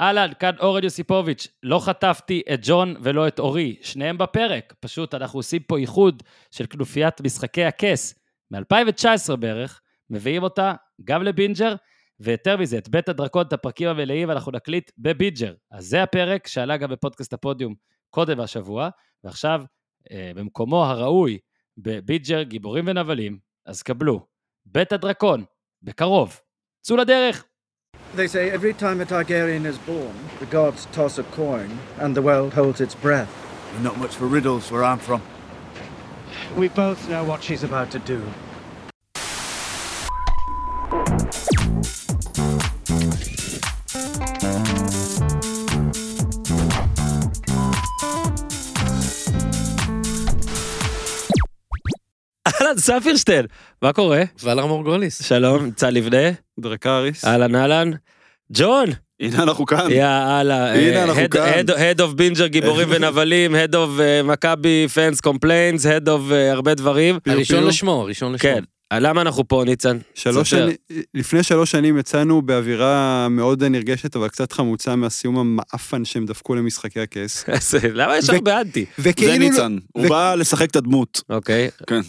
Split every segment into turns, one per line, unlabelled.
אהלן, כאן אורן יוסיפוביץ', לא חטפתי את ג'ון ולא את אורי, שניהם בפרק. פשוט אנחנו עושים פה איחוד של כנופיית משחקי הכס מ-2019 בערך, מביאים אותה גם לבינג'ר, ויותר מזה, את בית הדרקון, את הפרקים המלאים, אנחנו נקליט בבינג'ר. אז זה הפרק שעלה גם בפודקאסט הפודיום קודם השבוע, ועכשיו, אה, במקומו הראוי, בבינג'ר גיבורים ונבלים, אז קבלו, בית הדרקון, בקרוב. צאו לדרך!
They say every time a Targaryen is born, the gods toss a coin and the world holds its breath.
You're not much for riddles where I'm from.
We both know what she's about to do.
אהלן, ספירשטיין, מה קורה?
ולרמור גוליס.
שלום, צה לבנה,
דרקריס.
אהלן אהלן. ג'ון!
הנה אנחנו כאן.
יא אללה.
כן. הנה, אנחנו
head-
כאן. אה,
head- Head of בינג'ר גיבורים ונבלים, Head of אה, מכבי פאנס קומפליינס, Head of אה, הרבה דברים.
פיו.
הראשון לשמו, הראשון לשמו.
כן. אה, למה אנחנו פה, ניצן?
שלוש
ספר.
שנים, לפני שלוש שנים יצאנו באווירה מאוד נרגשת, אבל קצת חמוצה מהסיום המאפן שהם דפקו למשחקי הכס.
אז, אה, למה יש הרבה אנטי?
וכאילו... לא-
זה ניצן, הוא
ו-
בא לשחק את הדמות.
אוקיי.
כן.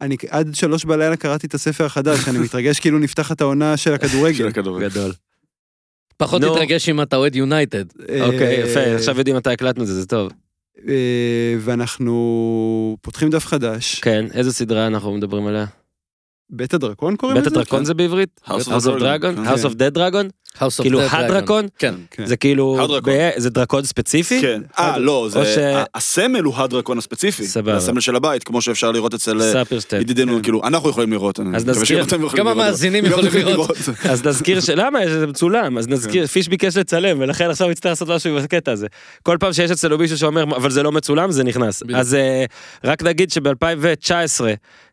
אני עד שלוש בלילה קראתי את הספר החדש, אני מתרגש כאילו נפתחת העונה של
של
הכדורגל.
הכדורגל.
גדול.
פחות
נו.
תתרגש אם אתה אוהד יונייטד.
אה,
אוקיי, יפה, עכשיו יודעים מתי הקלטנו את זה, זה טוב.
אה, ואנחנו פותחים דף חדש.
כן, איזו סדרה אנחנו מדברים עליה?
בית הדרקון קוראים
בית
לזה?
הדרקון זה בעברית?
House of
House of
Dragon.
Dragon?
כן.
House of Dead Dragon?
House of
כאילו
the Dragon.
הדרקון?
כן.
כן.
זה כאילו...
הדרקון.
ב- זה דרקון ספציפי? אוקיי.
כן. אה, לא, זה...
או ש-
ה- הסמל הוא הדרקון הספציפי.
סבבה.
הסמל של הבית, כמו שאפשר לראות אצל אה,
ספרשטיין.
ידידינו, כאילו, אנחנו יכולים לראות. אני
אז
מקווה
נזכיר-
שגם אתם יכולים
גם
לראות.
המאזינים
גם
יכולים
אתם
לראות.
אז נזכיר ש... למה? יש- זה מצולם. אז
כן.
נזכיר, פיש ביקש לצלם, ולכן עכשיו יצטרך לעשות משהו עם הקטע הזה. כל פעם שיש אצלנו מישהו שאומר, אבל זה לא מצולם, זה נכנס.
בדיוק.
אז אה, רק נגיד שב-2019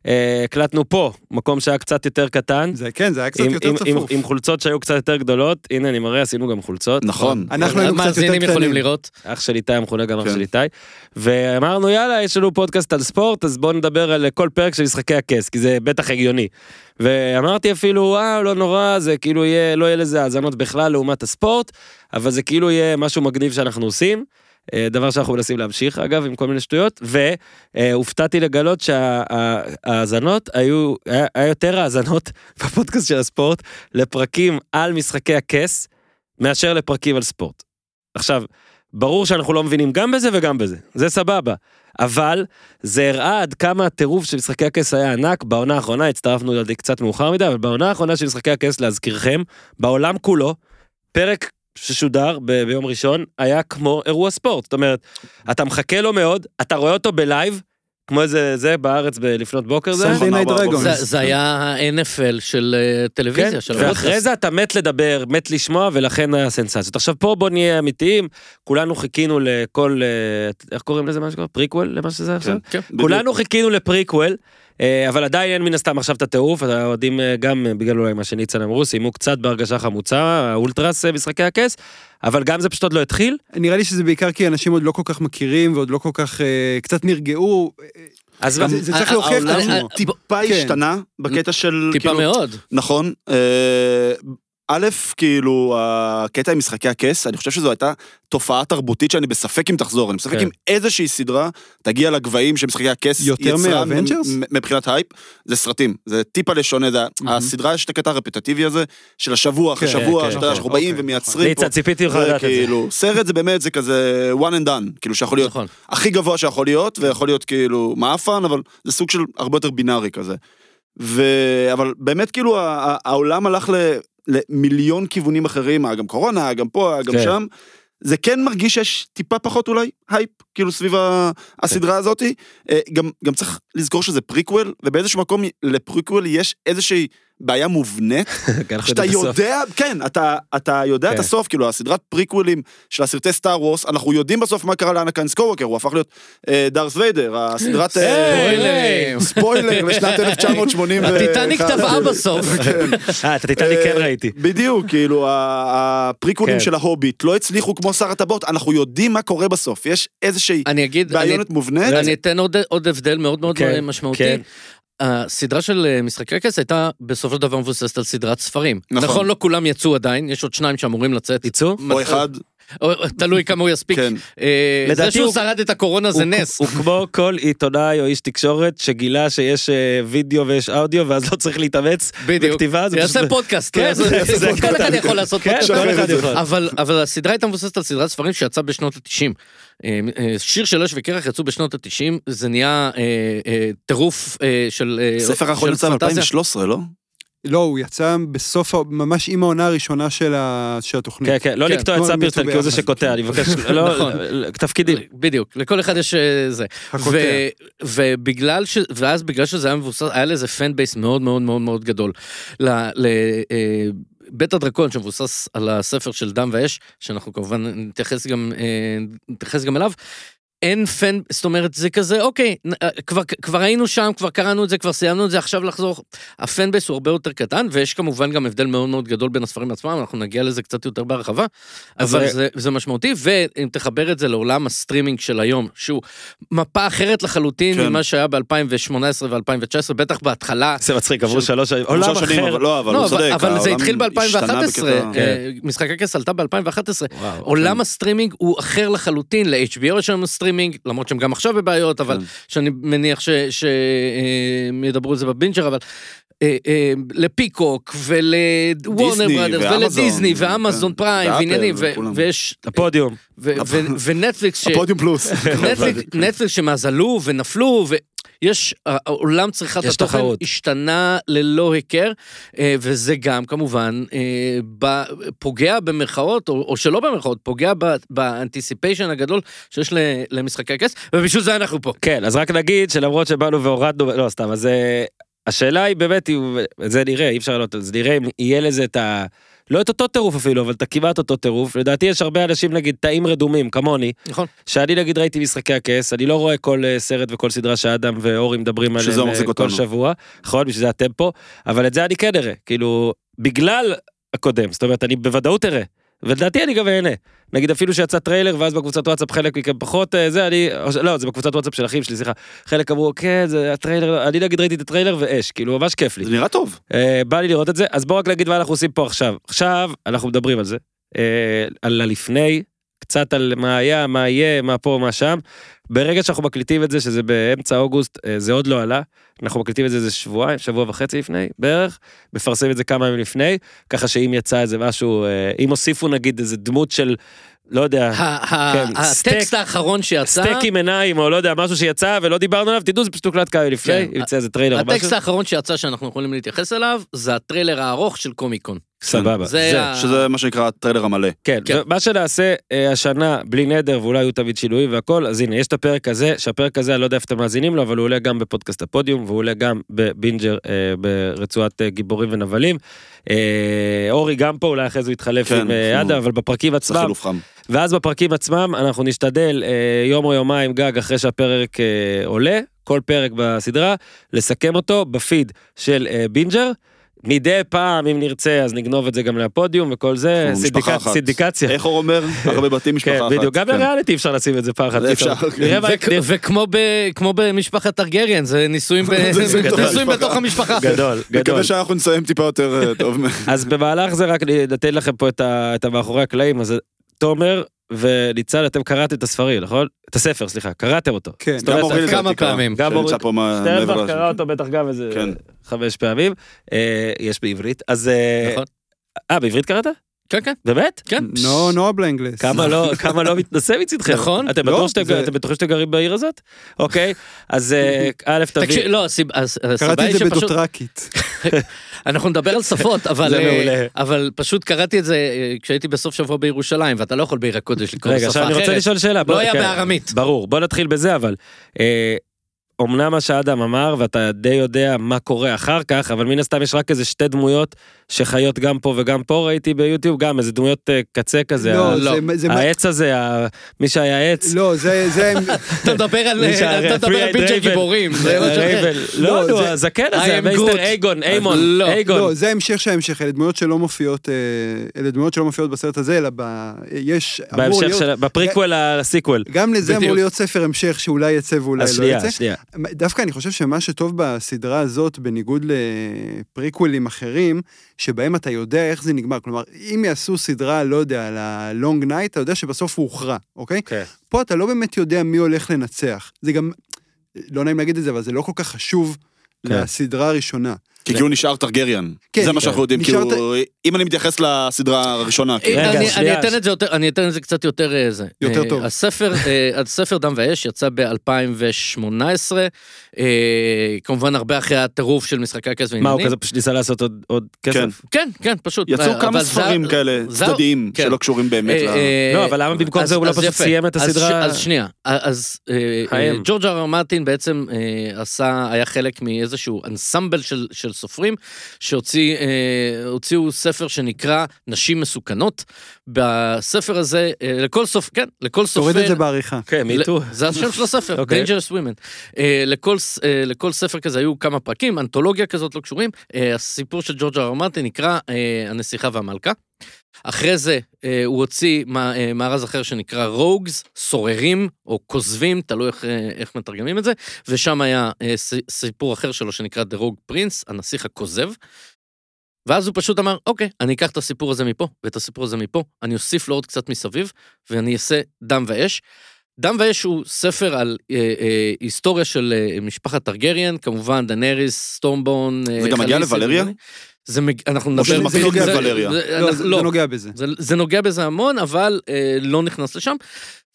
אה, הקלטנו פה, מקום שהיה קצת יותר קטן.
זה כן, זה היה קצת
עם-
יותר
עם- עם-
צפוף.
עם חולצות שהיו קצת יותר גדולות, הנה אני מראה, עשינו גם חולצות.
נכון.
אנחנו היינו קצת יותר
המאזינים יכולים
קטנים.
לראות.
אח של איתי המכונה גם אח
כן.
של איתי. ואמרנו יאללה יש לנו פודקאסט על ספורט אז בואו נדבר על כל פרק של משחקי הכס כי זה בטח הגיוני. ואמרתי אפילו אה לא נורא זה כאילו יהיה לא יהיה לזה האזנות בכלל לעומת הספורט אבל זה כאילו יהיה משהו מגניב שאנחנו עושים. אה, דבר שאנחנו מנסים להמשיך אגב עם כל מיני שטויות והופתעתי לגלות שההאזנות היו היה היה יותר האזנות בפודקאסט של הספורט לפרקים על משחקי הכס מאשר לפרקים על ספורט. עכשיו ברור שאנחנו לא מבינים גם בזה וגם בזה, זה סבבה. אבל זה הראה עד כמה הטירוף של משחקי הכס היה ענק, בעונה האחרונה הצטרפנו לדעתי קצת מאוחר מדי, אבל בעונה האחרונה של משחקי הכס, להזכירכם, בעולם כולו, פרק ששודר ב- ביום ראשון היה כמו אירוע ספורט. זאת אומרת, אתה מחכה לו מאוד, אתה רואה אותו בלייב, כמו איזה זה בארץ ב- לפנות בוקר זה. היה.
סנדיי נייט דרגון.
זה- זה היה ה-NFL של
כן,
אה, טלוויזיה, של
ואחרי זה אתה מת לדבר, מת לשמוע, ולכן הסנסציות. עכשיו פה בוא נהיה אמיתיים, כולנו חיכינו לכל, אה, איך קוראים לזה מה שקורה? פריקוול למה שזה עכשיו?
כן.
בדיוק.
כולנו חיכינו לפריקוול, אה, אבל עדיין אין מן הסתם עכשיו את הטירוף, האוהדים אה, גם אה, בגלל אולי מה שניצן אמרו, סיימו קצת בהרגשה חמוצה, האולטרס אה, משחקי הכס, אבל גם זה פשוט עוד לא התחיל,
נראה לי שזה בעיקר כי אנשים עוד לא כל כך מכירים ועוד לא כל כך, אה, קצת נרגעו,
אז
זה- זה צריך
אה,
להוכיח את
העולם-
עצמו.
אה,
טיפה
כן.
השתנה בקטע של...
טיפה
כאילו,
מאוד.
נכון. אה, א', כאילו, הקטע עם משחקי הכס, אני חושב שזו הייתה תופעה תרבותית שאני בספק אם תחזור. אני בספק
כן.
אם איזושהי סדרה תגיע לגבהים שמשחקי הכס
יותר
יצרה
מה-Avengers?
מ- מבחינת הייפ, זה סרטים. זה טיפה לשונה, זה הסדרה, יש את הקטע הרפטטיבי הזה, של השבוע אחרי
כן,
שבוע,
כן,
שאתה
נכון.
יודע, שאנחנו באים
אוקיי,
ומייצרים פה.
ניצן, ציפיתי לך
זה
לדעת את זה.
כאילו, סרט זה באמת, זה כזה one and done, כאילו שיכול להיות
נכון.
הכי גבוה שיכול להיות, ויכול להיות כאילו מעפן, אבל זה סוג של הרבה יותר בינארי כזה. ו... אבל באמת כאילו ה- ה- העולם הלך ל... למיליון כיוונים אחרים, היה גם קורונה, היה גם פה, היה גם
כן.
שם. זה כן מרגיש שיש טיפה פחות אולי הייפ, כאילו סביב ה- הסדרה הזאתי. אה, גם, גם צריך לזכור שזה פריקוול, ובאיזשהו מקום לפריקוול יש איזושהי בעיה מובנית, שאתה יודע, כן, אתה, אתה יודע את
כן.
הסוף, כאילו, הסדרת פריקוולים של הסרטי סטאר וורס, אנחנו יודעים בסוף מה קרה לאנקן סקוואקר, הוא הפך להיות אה, דארס ויידר, הסדרת... אה,
ספוילרים.
ספוילר לשנת 1980.
הטיטניק טבעה בסוף.
אה, את הטיטניק כן ראיתי.
בדיוק, כאילו, ה- הפריקוולים
כן.
של ההוביט לא הצליחו כמו שר הטבעות, אנחנו יודעים מה קורה בסוף, יש איזושהי
אני אגיד, אני-
כן.
בעיונת מובנית.
אני אתן עוד- עוד הבדל מאוד מאוד
כן,
משמעותי.
כן.
הסדרה של אה, משחקי הכס הייתה בסופו של דבר מבוססת על סדרת ספרים.
נכון.
נכון, לא כולם יצאו עדיין, יש עוד שניים שאמורים לצאת.
יצאו?
או אחד,
או- תלוי כמה הוא יספיק.
כן.
אה, זה
לדעתי
שהוא
הוא-
שרד את הקורונה זה
הוא-
נס.
הוא כמו כל עיתונאי או איש תקשורת שגילה שיש אה, וידאו ויש אודיו ואז לא צריך להתאמץ
בדיוק.
בכתיבה. זה
יעשה
פשוט-
פודקאסט,
כן,
כן,
זה-
זה-
זה-
כל אחד יכול לעשות
כן,
פודקאסט.
כל אחד יכול.
אבל, אבל הסדרה הייתה מבוססת על סדרת ספרים שיצאה בשנות ה-90. שיר של אש וקרח יצאו בשנות ה-90, זה נהיה אה, אה, טירוף אה, של אה,
ספר האחרון
של
יצא
פנטזיה.
ב-2013, לא?
לא, הוא יצא בסוף, ה- ממש עם העונה הראשונה של ה- של התוכנית.
כן, כן, לא
כן,
לקטוע את
לא, הם
ספירטון,
יצאו
כי הוא זה
ביחד.
שקוטע, אני מבקש, לא,
נכון.
ל- תפקידים.
בדיוק, לכל אחד יש אה, זה.
הקוטע.
ו- ובגלל ש... ואז בגלל שזה היה מבוסס, היה לזה פן בייס מאוד מאוד מאוד מאוד גדול. ל... ל... אה, בית הדרקון שמבוסס על הספר של דם ואש, שאנחנו כמובן נתייחס גם, אה, נתייחס גם אליו, אין פן, זאת אומרת זה כזה, אוקיי, נ- אה, כבר, כבר היינו שם, כבר קראנו את זה, כבר סיימנו את זה, עכשיו לחזור. הפן בייס הוא הרבה יותר קטן, ויש כמובן גם הבדל מאוד מאוד גדול בין הספרים עצמם, אנחנו נגיע לזה קצת יותר בהרחבה,
אז
אבל
זה-
זה, זה משמעותי, ואם תחבר את זה לעולם הסטרימינג של היום, שהוא מפה אחרת לחלוטין
כן.
ממה שהיה ב-2018 ו-2019, בטח בהתחלה.
זה מצחיק, עברו
של-
שלוש שנים, עולם
שלוש שנים,
אחר.
אבל- לא, אבל
לא,
הוא צודק.
אבל זה
העולם
התחיל
השתנה כן.
ב-2011,
בקטע-
אה, משחק הכס עלתה ב-2011,
וואו,
כן. עולם הסטרימינג הוא אחר לחלוטין, ל-HBO יש היום סטרימינג, למרות שהם גם עכשיו בבעיות, אבל
כן.
שאני מניח שהם ידברו על זה בבינג'ר, אבל אה, אה, לפיקוק ולוורנר
דיסני
בראדרס
ואמזון,
ולדיסני
כן.
ואמזון פריים
ואפל
ועניינים, ו-
וכולם.
ויש...
הפודיום.
ו- ו-
הפ-
ונטפליקס, ש-
הפודיום פלוס.
כן. נטפליקס- נטפליקס שמאז עלו ונפלו, ויש, עולם צריכת
יש
התוכן
תחרות.
השתנה ללא היכר, אה, וזה גם כמובן אה, ב- פוגע במרכאות, או או שלא במרכאות, פוגע ב- באנטיסיפיישן הגדול שיש ל- למשחקי הכס, ובשביל זה אנחנו פה.
כן, אז רק נגיד שלמרות שבאנו והורדנו, לא, סתם, אז אה, השאלה היא באמת, אם- זה נראה, אי אפשר לעלות, זה נראה אם יהיה לזה את ה... לא את אותו טירוף אפילו, אבל את כמעט אותו טירוף. לדעתי יש הרבה אנשים, נגיד, תאים רדומים, כמוני,
נכון.
שאני נגיד ראיתי משחקי הכס, אני לא רואה כל אה, סרט וכל סדרה שאדם ואורי מדברים
בשביל זה
עליהם
הוא מחזיק
אה, כל
אותנו.
שבוע, נכון? בשביל זה אתם פה, אבל את זה אני כן אראה, כאילו, בגלל הקודם, זאת אומרת, אני בוודאות אראה, ולדעתי אני גם אהנה. נגיד אפילו שיצא טריילר ואז בקבוצת וואטסאפ חלק מכם פחות אה, זה אני או ש- לא זה בקבוצת וואטסאפ של אחים שלי סליחה חלק אמרו כן זה הטריילר אני נגיד ראיתי את הטריילר ואש כאילו ממש כיף לי
זה נראה טוב.
אה, בא לי לראות את זה אז בואו רק נגיד מה אנחנו עושים פה עכשיו עכשיו אנחנו מדברים על זה אה, על הלפני קצת על מה היה מה יהיה מה פה מה שם ברגע שאנחנו מקליטים את זה שזה באמצע אוגוסט אה, זה עוד לא עלה אנחנו מקליטים את זה איזה שבועיים שבוע וחצי לפני בערך מפרסם את זה כמה ימים לפני ככה שאם יצא איזה משהו אה, אם הוסיפו נגיד איזה דמות של לא יודע.
ה- ה-
כן,
הטקסט
סטייק-
האחרון שיצא,
סטייק עם עיניים או לא יודע משהו שיצא ולא דיברנו עליו תדעו זה פשוט הוקלט כמה ימים לפני
כן,
אם יצא איזה טריילר או לא, משהו
הטקסט האחרון שיצא שאנחנו יכולים להתייחס אליו, זה הטריילר הארוך של קומיקון.
סבבה
זה ה-
שזה מה שנקרא הטריילר המלא.
כן,
כן.
מה שנעשה אה, השנה, בלי נדר, ואולי יהיו תמיד שינויים והכל, אז הנה, יש את הפרק הזה, שהפרק הזה, אני לא יודע איפה אתם מאזינים לו, אבל הוא עולה גם בפודקאסט הפודיום, והוא עולה גם בבינג'ר, אה, ברצועת אה, גיבורים ונבלים. אה, אורי גם פה, אולי אחרי זה הוא יתחלף
כן,
עם אה,
אנחנו-
אדם, אבל בפרקים
זה
עצמם,
חילוף חם.
ואז בפרקים עצמם אנחנו נשתדל אה, יום או יומיים גג אחרי שהפרק אה, עולה, כל פרק בסדרה, לסכם אותו בפיד של אה, בינג'ר. מדי פעם, אם נרצה, אז נגנוב את זה גם לפודיום וכל זה,
אנחנו משפחה
סינדיקצ-
אחת.
סינדיקציה.
איך אור אומר? הרבה בתים משפחה
כן,
אחת.
בדיוק, גם
כן.
לריאליטי אפשר לשים את זה פעם אחת.
זה אפשר,
פתאום.
כן.
נראה מה
וכ- וכמו ב- כמו במשפחת טרגריאן, זה ניסויים ב-
זה ניסויים בתוך
ניסויים
המשפחה.
בתוך המשפחה.
גדול, גדול.
נקווה שאנחנו נסיים טיפה יותר אה, טוב.
אז במהלך זה רק נתן לכם פה את ה- את המאחורי הקלעים, אז תומר וניצן, אתם קראתם את הספרים, נכון? את הספר, סליחה, קראתם אותו.
כן.
זאת
גם
אומרת,
אוריל
כמה פעמים.
גם
שנמצא
אוריל.
פה מה- מעבר
שטרנבך
לזה.
קרא אותו בטח גם איזה
כן.
חמש פעמים, אה, יש בעברית, אז... אה,
נכון.
אה, בעברית קראת?
כן, כן,
באמת?
כן.
נו, נועה בלנגלס.
כמה לא, כמה לא מתנשא מצדכם.
נכון.
אתם
לא,
בטוח שאתם
זה-
אתם בטוחים שאתם גרים בעיר הזאת? אוקיי, אז אה, א', תביא.
תקשיב, לא, הסיב- הס- הסיבה
קראתי
היא
את זה
שפשוט,
בדותרקית.
אנחנו נדבר על שפות, אבל
זה
אה,
מעולה.
אבל פשוט קראתי את זה אה, כשהייתי בסוף שבוע בירושלים, ואתה לא יכול בעיר הקודש לקרוא בשפה
רגע, עכשיו אני רוצה
אחרת.
לשאול שאלה. בוא-
לא היה
כן,
בארמית.
ברור, בוא נתחיל בזה, אבל... אה, אומנם מה שאדם אמר, ואתה די יודע מה קורה אחר כך, אבל מן הסתם יש רק איזה שתי דמויות שחיות גם פה וגם פה, ראיתי ביוטיוב, גם איזה דמויות אה, קצה כזה. ה-
לא,
לא.
זה- זה...
העץ הזה, ה- מי שהיה עץ.
לא, זה... זה-
אתה מדבר על
מי שהרי-
אתה מדבר על
פרי
בינג'י
הדרייבן.
גיבורים. זה משהו אחר.
רייבל. לא,
לא,
נו,
זה-
הזקן
I
הזה,
am
המייסטר
Groot.
אייגון, איימון,
לא.
אייגון.
לא, זה המשך של ההמשך, אלה דמויות שלא מופיעות, אה, אלה דמויות שלא מופיעות בסרט הזה, אלא ב... יש... אמור
בהמשך
להיות-
של... בפריקוול לסיקוול.
גם לזה
בדיוק.
אמור להיות ספר המשך שאולי יצא ואולי
אז
לא
שנייה,
יצא.
שנייה.
דווקא אני חושב שמה שטוב בסדרה הזאת, בניגוד לפריקוולים אחרים, שבהם אתה יודע איך זה נגמר. כלומר, אם יעשו סדרה, לא יודע, על הלונג נייט, אתה יודע שבסוף הוא הוכרע, אוקיי?
כן.
פה אתה לא באמת יודע מי הולך לנצח. זה גם, לא נעים להגיד את זה, אבל זה לא כל כך חשוב
כן.
לסדרה הראשונה.
כי כאילו נשאר טרגריאן.
כן,
זה מה שאנחנו יודעים,
נשאר
כאילו, אם אני מתייחס לסדרה הראשונה, כאילו.
רגע,
אני-
שנייה.
אני אתן את זה יותר- אני אתן את זה קצת יותר אה, זה.
יותר
אה,
טוב.
הספר, אה, הספר דם ואש יצא ב-2018, אה, כמובן הרבה אחרי הטירוף של משחקי הכס
מה, הוא
ועניינים.
כזה פשוט ניסה לעשות עוד- עוד
כן.
כסף?
כן, כן, פשוט.
יצאו
אבל
כמה
זה-
ספרים כאלה
זה-
צדדיים,
כן.
שלא קשורים באמת
אה,
ל...
אה,
לא, אבל למה במקום
אז-
זה הוא לא
אז
פשוט
יפה.
סיים את
אז ש-
הסדרה?
אז שנייה, אז אה,
האם.
אה, ג'ורג' אר אר מרטין בעצם אה, עשה, היה חלק מאיזשהו אנסמבל של של סופרים, שהוציאו ספר שנקרא נשים מסוכנות. בספר הזה, אה, לכל סופר, כן, לכל סופר...
תוריד את זה בעריכה.
כן,
ל-
מיטו.
זה השם של הספר,
אוקיי.
Dangerous Women. אה, לכל ס- אה, לכל ספר כזה היו כמה פרקים, אנתולוגיה כזאת לא קשורים. אה, הסיפור של ג'ורג' ארמטי נקרא אה, הנסיכה והמלכה. אחרי זה אה, הוא הוציא מה- אה, מארז אחר שנקרא רוגס, סוררים או כוזבים, תלוי איך, אה, איך מתרגמים את זה, ושם היה אה, ס- סיפור אחר שלו שנקרא The Rogue Prince, הנסיך הכוזב. ואז הוא פשוט אמר, אוקיי, אני אקח את הסיפור הזה מפה, ואת הסיפור הזה מפה, אני אוסיף לו עוד קצת מסביב, ואני אעשה דם ואש. דם ואש הוא ספר על אה, אה, היסטוריה של אה, משפחת טרגריאן, כמובן דנריס, סטומבון.
זה גם מגיע לוולריה?
זה מג... אנחנו
או
נדבר...
שזה
זה-
מתחיל
זה-
בוולריה?
זה-
לא,
אנחנו-
זה זה נוגע בזה.
זה, זה נוגע בזה המון, אבל אה, לא נכנס לשם.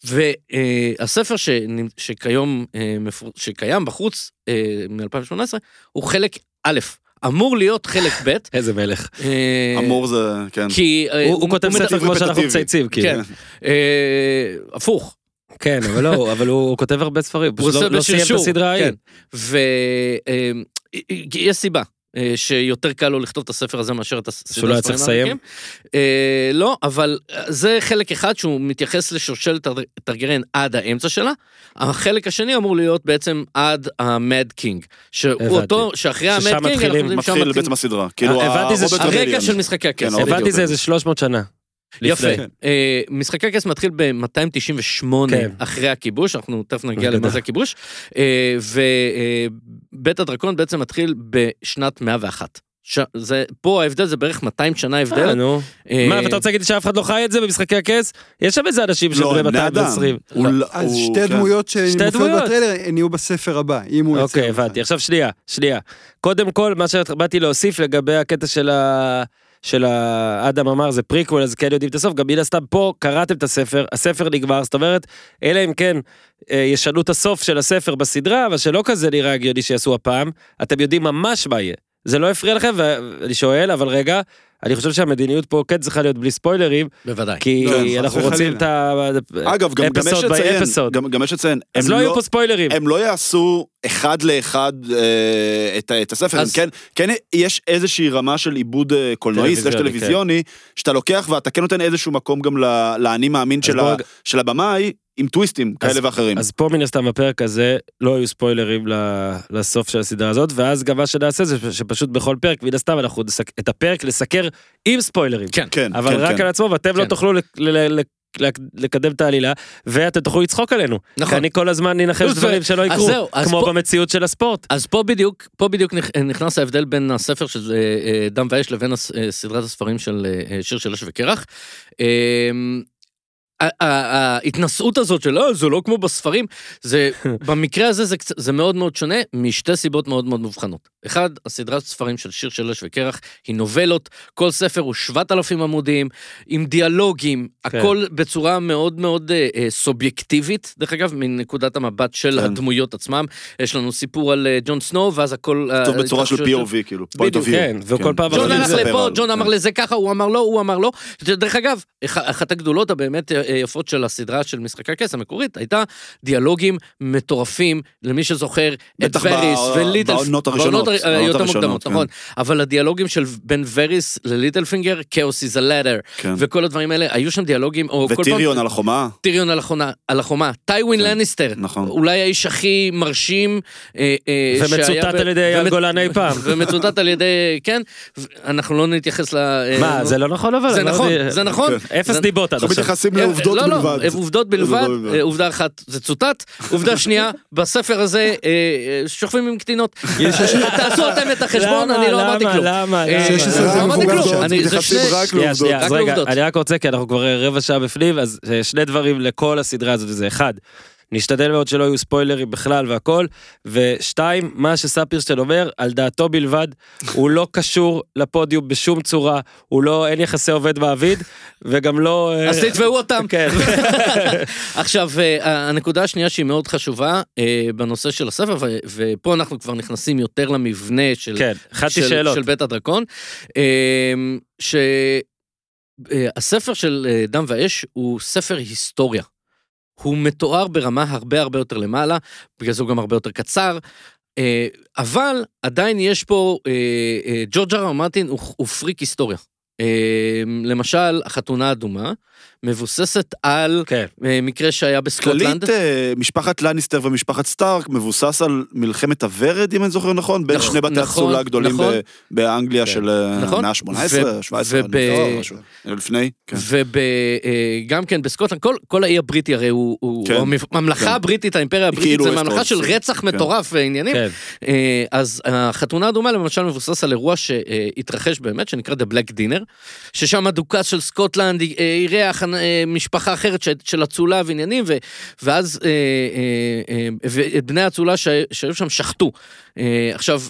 והספר שנמ- שכיום, אה, מפור- שקיים בחוץ אה, מ-2018, הוא חלק א', אמור להיות חלק ב'.
איזה מלך.
אה,
אמור זה, כן.
כי... אה,
הוא הוא כותב
מדבר-
ספר כמו שאנחנו
רפטטיבי.
מצייצים, כאילו.
כן. אה, הפוך.
כן, אבל לא, אבל הוא הוא כותב הרבה ספרים, הוא
הוא
פשוט
עושה
לא- לא סיים את
בשרשור,
הסדרה ההיא.
כן. אמ, ויש סיבה. אה, שיותר קל לו לכתוב את הספר הזה מאשר את הסדרה
שהוא לא היה צריך
הספרים
לסיים?
הארוכים. אה, לא, אבל אה, זה חלק אחד שהוא מתייחס לשושלת טר- טרגריאן עד האמצע שלה. החלק השני אמור להיות בעצם עד המד קינג.
הבנתי.
שהוא אותו, שאחרי המד
ששם
קינג אנחנו
מתחילים-
יודעים שם
מתחיל
מתחיל
בעצם הסדרה. כאילו,
הבנתי זה
הרוברט
הרקע
טרגריאן.
של משחקי הכס.
כן,
יפה.
הבנתי זה
בדיוק.
איזה 300 שנה.
יפה.
לפני.
אה, משחקי הכס מתחיל ב-298
כן.
אחרי הכיבוש, אנחנו תכף נגיע
אגדה.
למה זה הכיבוש, אה, ובית הדרקון בעצם מתחיל בשנת 101. ש- זה, פה ההבדל זה בערך 200 שנה
אה,
הבדל.
נו.
אה,
מה, ואתה רוצה להגיד שאף אחד לא חי את זה במשחקי הכס? יש שם איזה אנשים שהם בני
לא, בני אדם.
220.
הוא לא-
אז
הוא-
שתי
כן.
דמויות שמופיעות
דמויות.
בטריילר הן יהיו בספר הבא, אם הוא יוצא.
אוקיי,
יום אחד.
הבנתי. עכשיו שנייה, שנייה. קודם כל, מה שבאתי להוסיף לגבי הקטע של ה... של ה- אדם אמר זה פריקוול אז כן יודעים את הסוף גם מן הסתם פה קראתם את הספר הספר נגמר זאת אומרת אלא אם כן אה, ישנו את הסוף של הספר בסדרה אבל שלא כזה נראה הגיוני שיעשו הפעם אתם יודעים ממש מה יהיה זה לא הפריע לכם ואני שואל אבל רגע אני חושב שהמדיניות פה כן צריכה להיות בלי ספוילרים
בוודאי.
כי
לא, חס
אנחנו
וחלילה.
רוצים את ה...
אגב, גם גם יש
episode by
לציין,
episode.
גם- גם יש לציין,
אז
הם
לא
לא-
יהיו פה ספוילרים
הם לא יעשו אחד לאחד אה, את ה- את הספר,
אז-
הם כן, כן יש איזושהי רמה של עיבוד אה, קולנועי, סלש
טלוויזיוני, כן.
טלוויזיוני, שאתה לוקח ואתה כן נותן איזשהו מקום גם ל- לאני מאמין של
בוא
ה-
רגע-
של הבמאי, עם טוויסטים כאלה ואחרים.
אז פה מן הסתם בפרק הזה לא היו ספוילרים ל- לסוף של הסדרה הזאת, ואז גם מה שנעשה זה שפשוט בכל פרק, מן הסתם אנחנו נסק... את הפרק נסקר עם ספוילרים.
כן.
כן,
אבל
כן,
רק
כן.
על עצמו, ואתם לא
כן.
תוכלו ל- ל- ל- לק- לקדם את העלילה, ואתם תוכלו לצחוק עלינו.
נכון.
כי אני כל הזמן ננחש
אז
דברים שלא יקרו,
זהו, אז
כמו
פה-
במציאות של הספורט.
אז פה בדיוק, פה בדיוק נכ- נכנס ההבדל בין הספר של אה, אה, דם ואש לבין הס- אה, סדרת הספרים של אה, אה, שיר של אש וקרח. אה, ה- ה- ההתנשאות הזאת של "אה, זה לא כמו בספרים, זה במקרה הזה זה, קצ- זה מאוד מאוד שונה משתי סיבות מאוד מאוד מובחנות. אחד, הסדרת ספרים של שיר של אש וקרח היא נובלות, כל ספר הוא 7,000 עמודים, עם דיאלוגים,
כן.
הכל בצורה מאוד מאוד אה, אה, סובייקטיבית, דרך אגב, מנקודת המבט של
כן.
הדמויות עצמם. יש לנו סיפור על אה, ג'ון סנואו, ואז הכל... אה,
טוב בצורה של
התרחשויות
POV, כאילו, point of
בדיוק,
view. כן.
כן, וכל פעם
ג'ון
אבל
הלך
זה-
לפה, ג'ון אמר לזה ככה, הוא אמר לא, הוא אמר לא. דרך אגב, אח- אחת הגדולות הבאמת אה, יפות של הסדרה של משחקי הכס המקורית, הייתה דיאלוגים מטורפים, למי שזוכר, את
בטח
וריס
בא-
וליטל...
בעונות הראשונות,
בעונות הר-
בעונות
היותר
הראשונות,
מוקדמות,
כן.
נכון. אבל הדיאלוגים של בין וריס לליטל פינגר, כאוס איז הלדר,
כן.
וכל הדברים האלה, היו שם דיאלוגים, או כל פעם...
וטיריון על החומה.
טיריון על החומה, על החומה, טייווין לניסטר,
נכון.
אולי האיש הכי מרשים, אה, אה, שהיה
ומצוטט
ב-
על ידי אייל
ומת-
גולן אי פעם.
ומצוטט על ידי, כן, ו- אנחנו לא נתייחס ל... אה,
מה, זה לא נכון אבל?
זה
אמרתי-
אה,
נכון, זה נכון.
אפס
זה-
כן.
דיבות עד
אנחנו
עכשיו.
מתייחסים
אה,
עובדות
לא,
בלבד.
לא, הם עובדות בלבד,
עובדות בלבד.
אה, עובדה אחת זה צוטט, עובדה שנייה, בספר הזה אה, אה, שוכבים עם קטינות. אה, תעשו אתם את החשבון, אני לא אמרתי כלום.
למה,
אה,
למה?
16
לא
זה
אמרתי
מבוגר
כלום,
שעות,
אני- זה
מתייחסים
שני-
רק
שנייה,
לעובדות.
שנייה, אז
רק
רגע,
לעובדות.
אני רק רוצה, כי אנחנו כבר רבע שעה בפנים, אז אה, שני דברים לכל הסדרה הזאת, וזה אחד, נשתדל מאוד שלא יהיו ספוילרים בכלל והכל, ושתיים, מה שספירשטיין אומר, על דעתו בלבד, הוא לא קשור לפודיום בשום צורה, הוא לא, אין יחסי עובד מעביד, וגם לא... אה,
אז תתבעו אותם.
כן.
עכשיו, אה, הנקודה השנייה שהיא מאוד חשובה אה, בנושא של הספר, ו- ופה אנחנו כבר נכנסים יותר למבנה של
כן, אחת
של,
שאלות.
של בית הדרקון, אמ, שהספר של אה, דם ואש הוא ספר היסטוריה. הוא מתואר ברמה הרבה הרבה יותר למעלה, בגלל זה הוא גם הרבה יותר קצר, אה, אבל עדיין יש פה, אה, אה, ג'ורג' אר מרטין הוא, הוא פריק היסטוריה. אה, למשל, החתונה האדומה מבוססת על
כן.
אה, מקרה שהיה בסקוטלנד.
כללית, אה, משפחת לניסטר ומשפחת סטארק מבוסס על מלחמת הוורד, אם אני זוכר נכון, בין
נכון,
שני בתי
נכון,
הצולה הגדולים
נכון.
ב- באנגליה
כן.
של אה,
נכון.
המאה ה-18,
ו-
17,
וב-
לפני, כן.
וגם כן בסקוטלנד, כל, כל האי הבריטי הרי הוא, הוא
כן,
כן, הממלכה
כן.
כן. הבריטית, האימפריה הבריטית, כאילו
כאילו
זה
ווסטרוס,
ממלכה של
כן.
רצח מטורף ועניינים.
כן.
אה, אז החתונה הדומה למשל מבוסס על אירוע שהתרחש באמת, שנקרא The Black Dinner, ששם הדוכס של סקוטלנד אה, אירח אה, משפחה אחרת ש- של אצולה ועניינים, ו- ואז אה, אה, אה, ואת בני האצולה שה- שהיו שם שחטו. אה, עכשיו,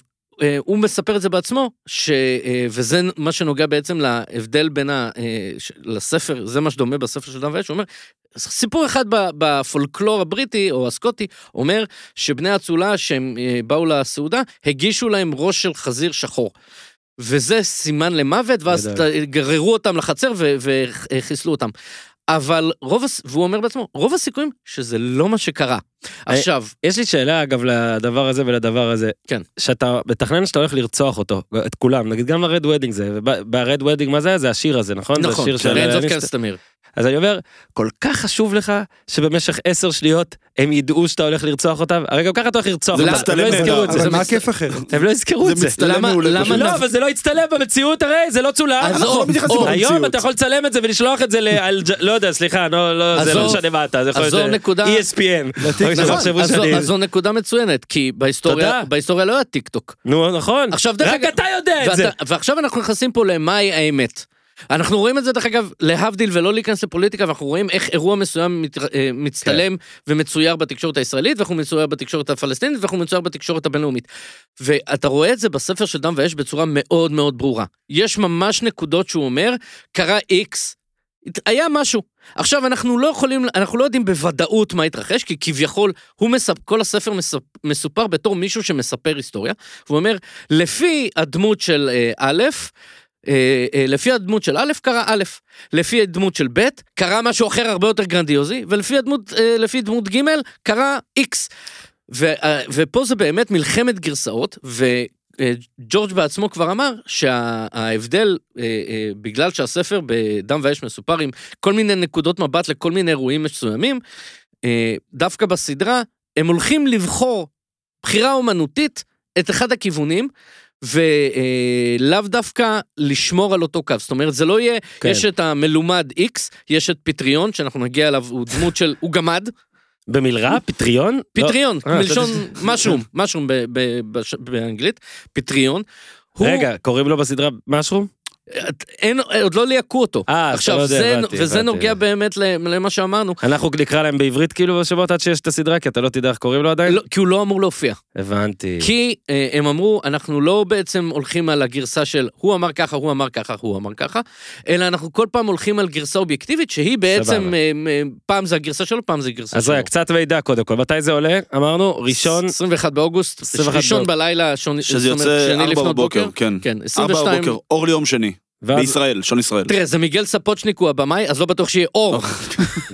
אה, הוא מספר את זה בעצמו, ש, אה, וזה מה שנוגע בעצם להבדל בין ה, אה, ש- לספר, זה מה שדומה בספר של דם ואש, הוא אומר, סיפור אחד ב- בפולקלור הבריטי או הסקוטי אומר שבני האצולה שהם אה, באו לסעודה, הגישו להם ראש של חזיר שחור. וזה סימן למוות, ואז
גדול.
גררו אותם לחצר ו- וחיסלו אותם. אבל רוב, הס- והוא אומר בעצמו, רוב הסיכויים שזה לא מה שקרה.
אה,
עכשיו,
יש לי שאלה אגב לדבר הזה ולדבר הזה.
כן.
שאתה מתכנן שאתה הולך לרצוח אותו, את כולם, נגיד גם לרד וודינג זה, וברד וודינג מה זה? היה? זה השיר הזה, נכון? זה
נכון,
השיר של
רנזוב
אלניסטר.
קנסטמיר.
אז אני אומר, כל כך חשוב לך שבמשך עשר שניות הם ידעו שאתה הולך לרצוח אותם? הרי גם ככה אתה הולך לרצוח
זה
אותם, הם
מצטלם
לא יזכרו את זה.
אבל מה
מצט-
הכיף אחר?
הם לא יזכרו את
זה
זה.
מצטלם
למה-
מעולה.
למה-
פשוט.
לא, אבל זה לא יצטלם במציאות הרי, זה לא צולם.
אז
אנחנו
או,
לא מתייחסים
או,
למציאות. היום
במציאות.
אתה יכול לצלם את זה ולשלוח את זה ל... על ג'- לא יודע, סליחה, לא, לא, זה לא
עזוב,
משנה מה אתה, זה יכול להיות
עזוב
אה,
נקודה.
ESPN. רק שלא
נכון,
יחשבו
אז זו-
שאני-
אז זו נקודה מצוינת, כי בהיסטוריה,
תודה.
בהיסטוריה לא היה טיק טוק.
נו, נכון.
עכשיו, דרך
רק
אגב-
אתה יודע את
ואתה-
זה.
ועכשיו אנחנו נכנסים פה למהי האמת. אנחנו רואים את זה דרך אגב, להבדיל ולא להיכנס לפוליטיקה, ואנחנו רואים איך אירוע מסוים מת, אה, מצטלם
כן.
ומצויר בתקשורת הישראלית, ואיך הוא מצויר בתקשורת הפלסטינית, ואיך הוא מצויר בתקשורת הבינלאומית. ואתה רואה את זה בספר של דם ואש בצורה מאוד מאוד ברורה. יש ממש נקודות שהוא אומר, קרה איקס, היה משהו. עכשיו אנחנו לא יכולים, אנחנו לא יודעים בוודאות מה התרחש, כי כביכול הוא מספ... כל הספר מספ... מסופר בתור מישהו שמספר היסטוריה, והוא אומר, לפי הדמות של אה, א', אה, אה, לפי הדמות של א' קרה א', לפי הדמות של ב' קרה משהו אחר הרבה יותר גרנדיוזי, ולפי הדמות, אה, לפי דמות ג' קרה איקס. ו, אה, ופה זה באמת מלחמת גרסאות, ו... אה, ג'ורג' בעצמו כבר אמר שההבדל, אה, בגלל שהספר בדם ואש מסופר עם כל מיני נקודות מבט לכל מיני אירועים מסוימים, אה, דווקא בסדרה הם הולכים לבחור בחירה אומנותית את אחד הכיוונים. ולאו דווקא לשמור על אותו קו, זאת אומרת זה לא יהיה,
כן.
כן. יש את המלומד X, יש את פטריון שאנחנו נגיע אליו, הוא דמות של, הוא גמד,
במלרע? פטריון? לא.
פטריון,
אה,
מלשון
אתה-
משרום, משרום ב- ב- בש- באנגלית, פטריון. הוא-
רגע, אה, קוראים לו בסדרה משהו?
את- אין, עוד לא ליעקו אותו.
אה, אז אתה לא
עכשיו,
יודע,
זה,
הבנתי,
וזה
הבנתי.
נוגע באמת ל- למה שאמרנו,
אנחנו נקרא להם בעברית כאילו בשבועות עד שיש את הסדרה, כי אתה לא תדע איך קוראים לו עדיין?
לא, כי הוא לא אמור להופיע.
הבנתי.
כי אה, הם אמרו, אנחנו לא בעצם הולכים על הגרסה של הוא אמר ככה, הוא אמר ככה, הוא אמר ככה, אלא אנחנו כל פעם הולכים על גרסה אובייקטיבית, שהיא בעצם,
סבבה.
אה, אה, פעם זה הגרסה שלו, פעם זה הגרסה
אז
שלו.
רגע, קצת מידע קודם כל. מתי זה עולה? אמרנו, ראשון...
21 באוגוסט,
21
ראשון
באוגוסט.
בלילה, שון-
שזה
זאת אומרת,
יוצא
שני
4
לפנות
בבוקר, כן.
כן,
4
22.
בבוקר, אור ליום שני,
ואז...
בישראל, שעון ישראל.
תראה, זה מיגל ספוצ'ניק הוא הבמאי, אז לא בטוח שיהיה אור.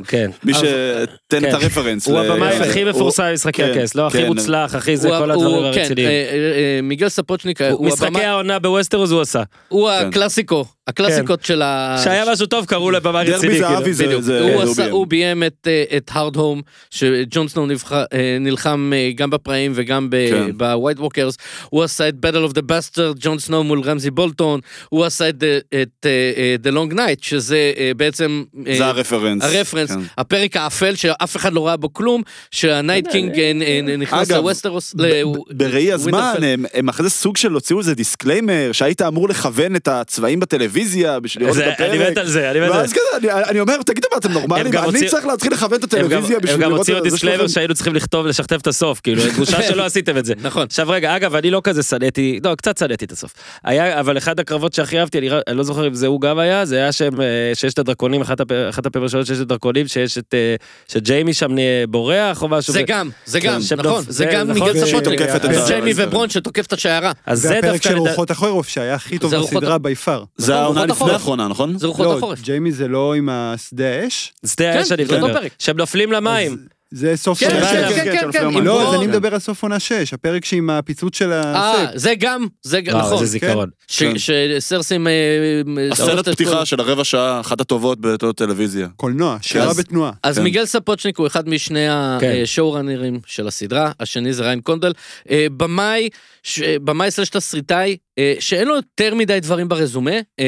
כן.
מי שתן את
כן.
הרפרנס.
הוא
ל-
הבמאי
יפה.
הכי
הוא-
מפורסם במשחקי
כן,
הכס, לא הכי
כן.
מוצלח, הכי זה,
הוא-
כל
הוא-
הדברים
כן,
הרציניים.
אה, אה, אה, מיגל ספוצ'ניק הוא
משחקי
הבמאי, אה,
העונה בווסטרוס הוא עשה.
הוא
כן.
הקלאסיקו הקלאסיקות של ה...
שהיה משהו טוב קראו לה במה
דרבי
רציני,
זהבי
כאילו.
זה...
בדיוק,
זה-
הוא
זה
עשה-
OBM.
הוא ביים את, אה, את הארד הום, שג'ון סנואו נבח- אה, נלחם אה, גם בפראים וגם
כן.
בווייט ווקרס, הוא עשה את Battle of the Bastard, ג'ון סנואו מול רמזי בולטון, הוא עשה את אה, את, אה, אה, The Long Night, שזה אה, בעצם... אה,
זה הרפרנס.
הרפרנס,
כן.
הפרק האפל שאף אחד לא ראה בו כלום, שהנייט קינג אה, אה, נכנס
אגב,
לווסטרוס,
ב-
ל-
ב- בראי הזמן, אה,
ווינטרפל.
הם- הם אחרי זה סוג של הוציאו איזה דיסקליימר, שהיית אמור לכוון את הצבעים בטלוויזיה בשביל לראות
זה-
את
אני מת
הפרק.
על זה, אני מת על
ואז
זה.
כזה, אני- אני אומר, תגידו מה, אתם
הם
נורמלים?
גם
אני
הוציאו-
צריך להתחיל לכוון את
הם גם-
הטלוויזיה
הם
בשביל
גם
לראות את
הוציאו
זה
דיסקלייבר
שלכם. כן.
שהיינו צריכים לכתוב, לשכתב את הסוף, כאילו, בושה שלא עשיתם את זה.
נכון.
עכשיו רגע, אגב, אני לא כזה שנאתי, לא, קצת שנאתי את הסוף. היה, אבל אחד הקרבות שהכי אהבתי, אני, ר- אני לא זוכר אם זה הוא גם היה, זה היה שהם, אה, שיש את הדרקונים, אחת הפ- אחת הפעמים הראשונות שיש את הדרקונים, שיש את, אה, שג'יימי שם אה, בורח או משהו.
זה
ו-
גם, זה גם,
כן. שם
נכון,
דופ-
זה
זה-
גם
נכון,
מיגל
ו-
ספוטריק,
שתוקף
את
זה
ה-
ג'יימי
זה-
וברון שתוקף את השיירה,
אז זה
והפרק
דווקא...
של
לדע-
רוחות החורף שהיה הכי טוב
זה רוחות-
בסדרה בי פאר.
זה העונה
רוחות
לפני
החורף.
האחרונה, נכון?
זה רוחות
לא,
החורף.
ג'יימי זה לא עם השדה האש.
שדה
כן,
האש אני
לא
זה אותו
מדבר.
פרק.
שהם נופלים למים.
זה סוף
כן,
עונה
כן,
שש.
כן,
כן,
של
כן,
לפני
עם
המים.
לא,
בורון.
אז אני
כן.
מדבר על סוף עונה 6, הפרק שעם הפיצוץ של
אה,
הסק.
זה גם, זה
לא,
גם,
וואו,
נכון.
זה כן. זיכרון.
כן,
ש- שסרסים... אה, אה,
הסצנת
הורסת את כולם.
פתיחה של הרבע שעה, אחת הטובות בתור טלוויזיה.
קולנוע, שירה
אז-
בתנועה.
אז
כן.
מיגל ספוצ'ניק הוא אחד משני
כן.
השואו-ראנרים של הסדרה, השני זה ריין קונדל. אה, במאי, ש- אה, במאי סלש תסריטאי, אה, שאין לו יותר מדי דברים ברזומה, אה,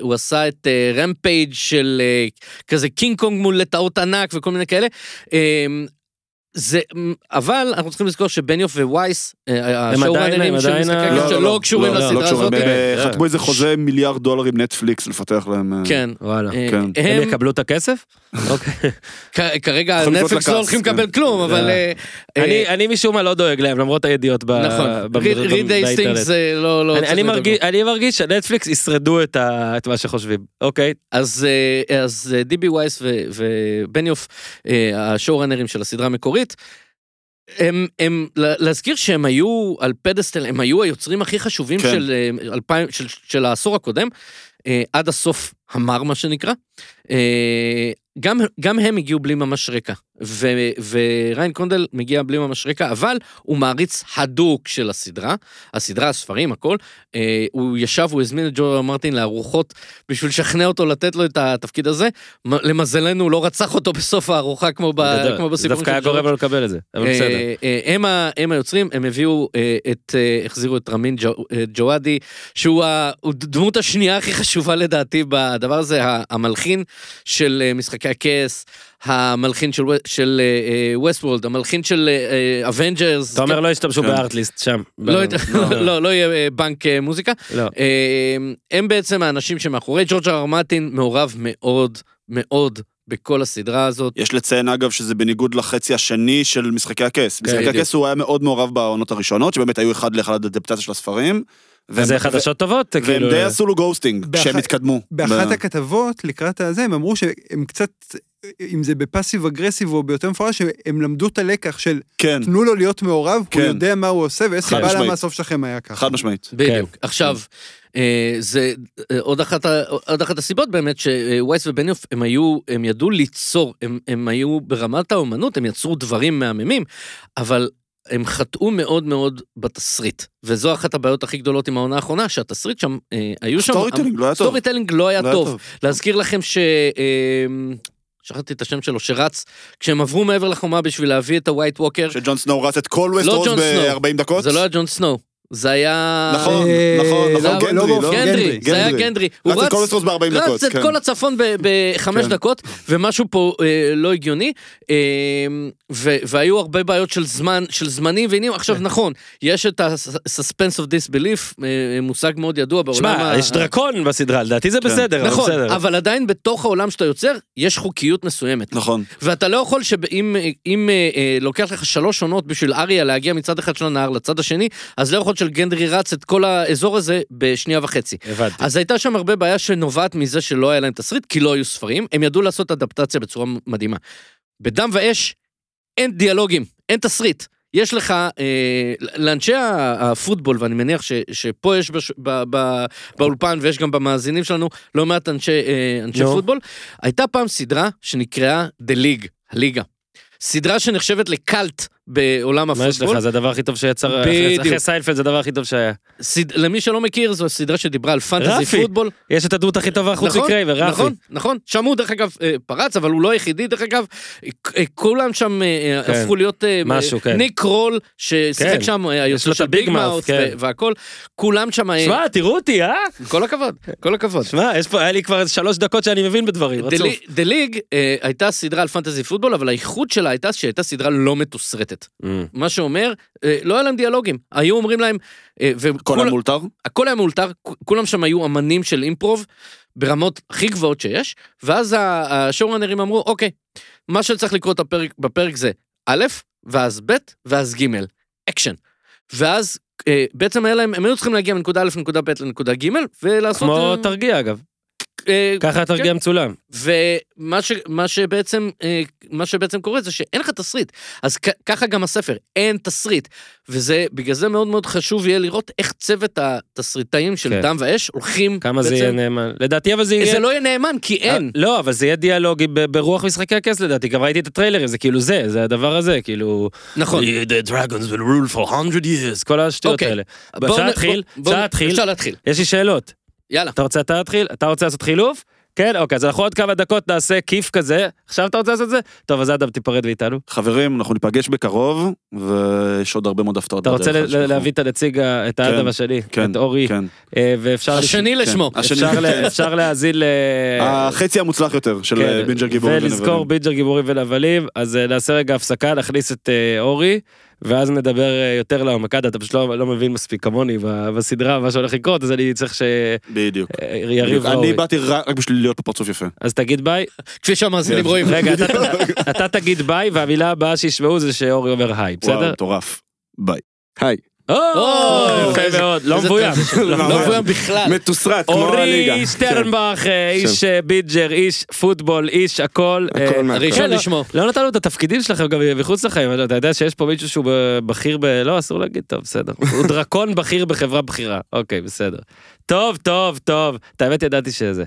הוא עשה את אה, רמפייג' של אה, כזה קינג קונג מול לטאות ענק וכל מיני כאלה. אה, זה, אבל אנחנו צריכים לזכור שבניוף ווייס, אה,
הם עדיין-
השואו-ראנרים
הם
של
עדיין-
משחקי
לא,
הכס
לא,
שלא קשורים
לא, לא,
לסדרה
לא
הזאת.
קשורים, הם
כן.
חתמו איזה חוזה מיליארד דולר עם נטפליקס לפתח להם. אה,
כן.
וואלה.
אה,
כן.
הם יקבלו את הכסף? אוקיי.
כ- כרגע
יכולים
נטפליקס
לקנות
לא
לקאסט,
הולכים
כן.
לקבל כלום, אבל... אה, אה,
אני- אני משום מה לא דואג להם, למרות הידיעות ב-
נכון,
ב-
ריד-
ב-
ריד
באינטרנט.
אייסטינגס זה לא... לא
אני-
צריך
אני
לדבר.
מרגיש- אני מרגיש שנטפליקס ישרדו את ה- את מה שחושבים. אוקיי.
אז אה, אז אה, דיבי וייס ו- ובניוף, אה, השואו-ראנרים של הסדרה המקורית, הם, הם, לה- להזכיר שהם היו על פדסטל, הם היו היוצרים הכי חשובים
כן.
של, אה, אלפיים, של, של העשור הקודם, אה, עד הסוף המר מה שנקרא. אה, גם, גם הם הגיעו בלי ממש רקע, ו, וריין קונדל מגיע בלי ממש רקע, אבל הוא מעריץ הדוק של הסדרה, הסדרה, הספרים, הכל. אה, הוא ישב, הוא הזמין את ג'ו מרטין לארוחות בשביל לשכנע אותו לתת לו את התפקיד הזה. מ- למזלנו, הוא לא רצח אותו בסוף הארוחה כמו, ב,
גדול.
כמו
זה
בסיפור
דווקא היה
ג'ו
גורם לו לקבל את זה, אבל
אה,
בסדר.
אה, הם ה- הם היוצרים, הם הביאו אה, את, אה, החזירו את רמין ג'ו- אה, ג'וואדי, שהוא הדמות השנייה הכי חשובה לדעתי בדבר הזה, ה- המלחין של אה, משחקי הכס, המלחין של ו- של ווסט וולד, המלחין של אה, אבנג'רס.
אתה אומר לא השתמשו
כן.
בארטליסט שם. ב-
לא, לא יהיה אה, בנק אה, מוזיקה.
לא.
אה, הם בעצם האנשים שמאחורי ג'ורג' אר מרטין מעורב מאוד מאוד בכל הסדרה הזאת.
יש לציין אגב שזה בניגוד לחצי השני של משחקי הכס. משחקי
כן, בדיוק.
הכס הוא היה מאוד מעורב בעונות הראשונות, שבאמת היו אחד לאחד אדפטציה של הספרים. והם-
זה חדשות טובות,
ו- והם
כאילו.
אה,
די עשו לו גוסטינג,
באחת-
כשהם התקדמו.
באחת
ב-
הכתבות לקראת הזה, הם אמרו שהם קצת, אם זה בפאסיב אגרסיב או ביותר מפורש, שהם למדו את הלקח של
כן,
תנו לו להיות מעורב,
כן.
הוא יודע מה הוא עושה, ויש
חד
סיבה
משמעית.
למה הסוף שלכם היה ככה.
חד משמעית.
בדיוק. עכשיו, אה, זה אה, עוד אחת ה- עוד אחת הסיבות באמת שווייס ובניוף הם היו, הם ידעו ליצור, הם- הם היו ברמת האומנות, הם יצרו דברים מהממים, אבל... הם חטאו מאוד מאוד בתסריט, וזו אחת הבעיות הכי גדולות עם העונה האחרונה, שהתסריט שם, אה, היו שם...
סטורי טלינג לא היה טוב.
סטורי טלינג לא היה
לא היה
טוב.
טוב.
להזכיר לכם ש... אמ, שכחתי את השם שלו, שרץ, כשהם עברו מעבר לחומה בשביל להביא את הווייט ווקר,
שג'ון סנואו רץ את כל ווסט
לא
רוז
ג'ון סנואו.
ב-40 דקות.
זה לא היה ג'ון סנואו, זה היה...
נכון,
אה,
נכון,
לא,
נכון,
לא,
גנדרי,
לא,
לא?
גנדרי,
גנדרי, זה היה גנדרי. הוא
רץ את כל
רץ,
ווסט רוז ב-40 דקות.
רץ את
כן.
כל הצפון ב- בחמש
כן.
דקות, ומשהו פה אה, לא הגיוני. אה, ו- והיו הרבה בעיות של זמן, של זמנים ועניינים. עכשיו,
כן.
נכון, יש את ה-suspense of disbelief, אה, מושג מאוד ידוע בעולם
שמע,
ה-
יש דרקון בסדרה, לדעתי
כן.
זה בסדר, אבל
נכון,
בסדר.
אבל עדיין בתוך העולם שאתה יוצר, יש חוקיות מסוימת.
נכון.
ואתה לא יכול שאם אם, אה, אה, לוקח לך שלוש עונות בשביל אריה להגיע מצד אחד של הנהר לצד השני, אז לא יכול שלגנדרי רץ את כל האזור הזה בשנייה וחצי.
הבנתי.
אז הייתה שם הרבה בעיה שנובעת מזה שלא היה להם תסריט, כי לא היו ספרים, הם ידעו לעשות אדפטציה בצורה מדהימה. בדם ואש אין דיאלוגים, אין תסריט. יש לך, אה, לאנשי ה- הפוטבול, ואני מניח ש, שפה יש בש, ב, ב, באולפן ויש גם במאזינים שלנו לא מעט אנשי, אה, אנשי
נו.
פוטבול, הייתה פעם סדרה שנקראה The League, הליגה. סדרה שנחשבת לקאלט בעולם
מה יש לך?
הפוטבול.
זה הדבר הכי טוב שיצר... אחרי-
בדיוק.
אחרי סיילפלד זה הדבר הכי טוב שהיה.
סד... למי שלא מכיר, זו סדרה שדיברה על פנטזי
רפי.
פוטבול.
יש את הדמות הכי טובה חוץ
נכון,
מקרייבר, רפי.
נכון, נכון. שם הוא דרך אגב אה, פרץ, אבל הוא לא היחידי דרך אגב. אה, כולם שם אה,
כן.
הפכו להיות... אה,
משהו,
אה,
כן.
ניק קרול, ששיחק
כן.
שם, אה,
יש לו
היוצא
את
של
הביג
ביג מאוס
מאוס, כן.
ו- והכל. כולם שם... אה,
שמע, תראו אותי, אה?
כל הכבוד, כל הכבוד.
שמע, יש פה, היה לי כבר איזה שלוש דקות שאני מבין בדברים, רצוף.
דה ליג אה, הייתה סדרה על פנטזי פוטבול, אבל הייחוד שלה הייתה שהייתה סדרה לא מתוסרטת.
Mm.
מה שאומר, אה, לא היה להם דיאלוגים. היו אומרים להם, אה,
כל
וכולם-
המולתר?
הכל היה מאולתר, כ- כולם שם היו אמנים של אימפרוב ברמות הכי גבוהות שיש, ואז ה- השואורנרים אמרו, אוקיי, מה שצריך לקרות הפרק, בפרק זה א', ואז ב', ואז ג', אקשן. ואז אה, בעצם היה להם, הם היו צריכים להגיע מנקודה א', לנקודה ב', לנקודה ג', ולעשות...
כמו
אה,
תרגיע, אגב.
אה,
ככה התרגיע מצולם.
ומה ש, מה שבעצם, אה, מה שבעצם קורה זה שאין לך תסריט. אז כ- ככה גם הספר, אין תסריט. וזה, בגלל זה מאוד מאוד חשוב יהיה לראות איך צוות התסריטאים של
כן.
דם ואש הולכים
כמה זה
בעצם-
יהיה נאמן. לדעתי, אבל זה יהיה...
זה לא יהיה נאמן, כי אין.
אה, לא, אבל זה יהיה דיאלוגי ב- ברוח משחקי הכס לדעתי, גם ראיתי את הטריילרים, זה כאילו זה, זה הדבר הזה, כאילו...
נכון.
"The- The dragons will rule for 100 years, כל השטויות
אוקיי.
האלה.
בואו
אפשר
נ-
להתחיל?
בואו- בואו-
אפשר להתחיל?
אפשר להתחיל,
יש לי שאלות.
יאללה.
אתה רוצה אתה להתחיל? אתה רוצה לעשות חילוף? כן, אוקיי, אז אנחנו עוד כמה דקות נעשה כיף כזה. עכשיו אתה רוצה לעשות זה? טוב, אז אדם תיפרד מאיתנו.
חברים, אנחנו ניפגש בקרוב, ויש עוד הרבה מאוד הפתעות.
אתה רוצה
בדרך, אל
ל-
תשכחו.
להביא את הנציג, ה- את האדם השני,
כן,
את אורי,
כן.
אה, ואפשר... לש-
השני לשמו.
כן. השני.
אפשר ל- אפשר להאזין ל...
החצי המוצלח יותר של
אה,
אה,
כן,
בינג'ר גיבורים
ולזכור בינג'ר גיבורים ונבלים, אז אה, נעשה רגע הפסקה, נכניס את אה, אורי, ואז נדבר אה, יותר לעומק. עד, אתה פשוט לא לא מבין מספיק כמוני ב- בסדרה, מה שהולך לקרות, אז אני צריך
בדיוק.
שיריב ואורי.
אני באתי רק רק בשביל להיות פה פרצוף יפה.
אז תגיד ביי.
כפי שהמאזינים
כן.
רואים.
רגע, אתה- אתה תגיד ביי, והמילה הבאה שישמעו זה שאורי אומר היי,
וואו,
בסדר?
מטורף. ביי. היי.
או,
או,
יפה
איזה-
מאוד, לא
איזה
מבוים.
טרנזישן. לא מבוים בכלל.
אוקיי.
מתוסרט,
אורי שטרנבך, אה, איש אה, בינג'ר, איש פוטבול, איש הכל. אה,
הכל מהכל.
הראשון
כן, לא-
לשמו.
לא נתנו את התפקידים שלכם גם מחוץ לחיים, אבל אתה יודע שיש פה מישהו שהוא ב- בכיר ב... לא, אסור להגיד, טוב, בסדר. הוא דרקון בכיר בחברה בכירה. אוקיי, בסדר. טוב, טוב, טוב. את האמת ידעתי שזה.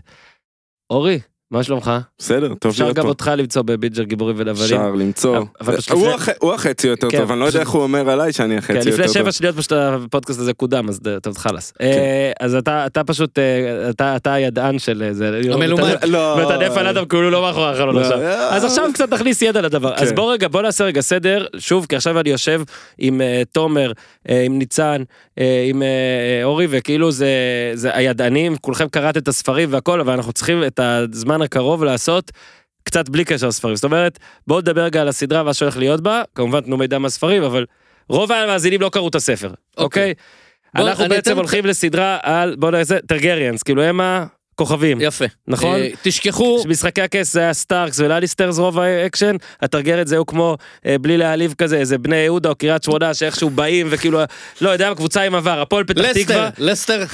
אורי, מה שלומך?
בסדר, טוב
אפשר
להיות
גם
פה.
אותך למצוא בבינג'ר גיבורים ונבלים.
אפשר למצוא.
אבל פשוט
הוא
לפני-
הח- הוא החצי יותר
כן,
טוב, אני לא יודע
פשוט-
איך הוא אומר עליי שאני החצי
כן,
יותר טוב.
לפני שבע שניות פשוט הפודקאסט הזה קודם, אז ד- טוב, חלאס. אה, אז אתה אתה פשוט, אה, אתה אתה הידען של אה, זה.
המלומד.
לא.
מתעדף על אדם כאילו לא מאחורי החלון
לא,
עכשיו.
אה.
אז עכשיו קצת נכניס ידע לדבר. אז בוא רגע, בוא נעשה רגע סדר, שוב, כי עכשיו אני יושב עם אה, תומר, אה, עם ניצן, אה, עם אה, אה, אורי, וכאילו זה זה הידענים, כולכם קראתם את הספרים והכל, אבל אנחנו צריכים את הזמן הקרוב לעשות. קצת בלי קשר לספרים, זאת אומרת, בואו נדבר רגע על הסדרה ומה שהולך להיות בה, כמובן תנו מידע מהספרים, אבל רוב המאזינים לא קראו את הספר,
אוקיי.
אוקיי?
בוא,
אנחנו
אני
בעצם
אתן-
הולכים לסדרה על, בואו נעשה, טרגריאנס, כאילו הם הכוכבים.
יפה.
נכון.
אה, תשכחו,
משחקי הכס זה היה סטארקס ולליסטרס רוב האקשן, הטרגרת זה היו כמו אה, בלי להעליב כזה, איזה בני יהודה או קריית שמונה שאיכשהו באים וכאילו, לא יודע, קבוצה עם עבר, הפועל פתח
לסטר,
תקווה,
לסטר,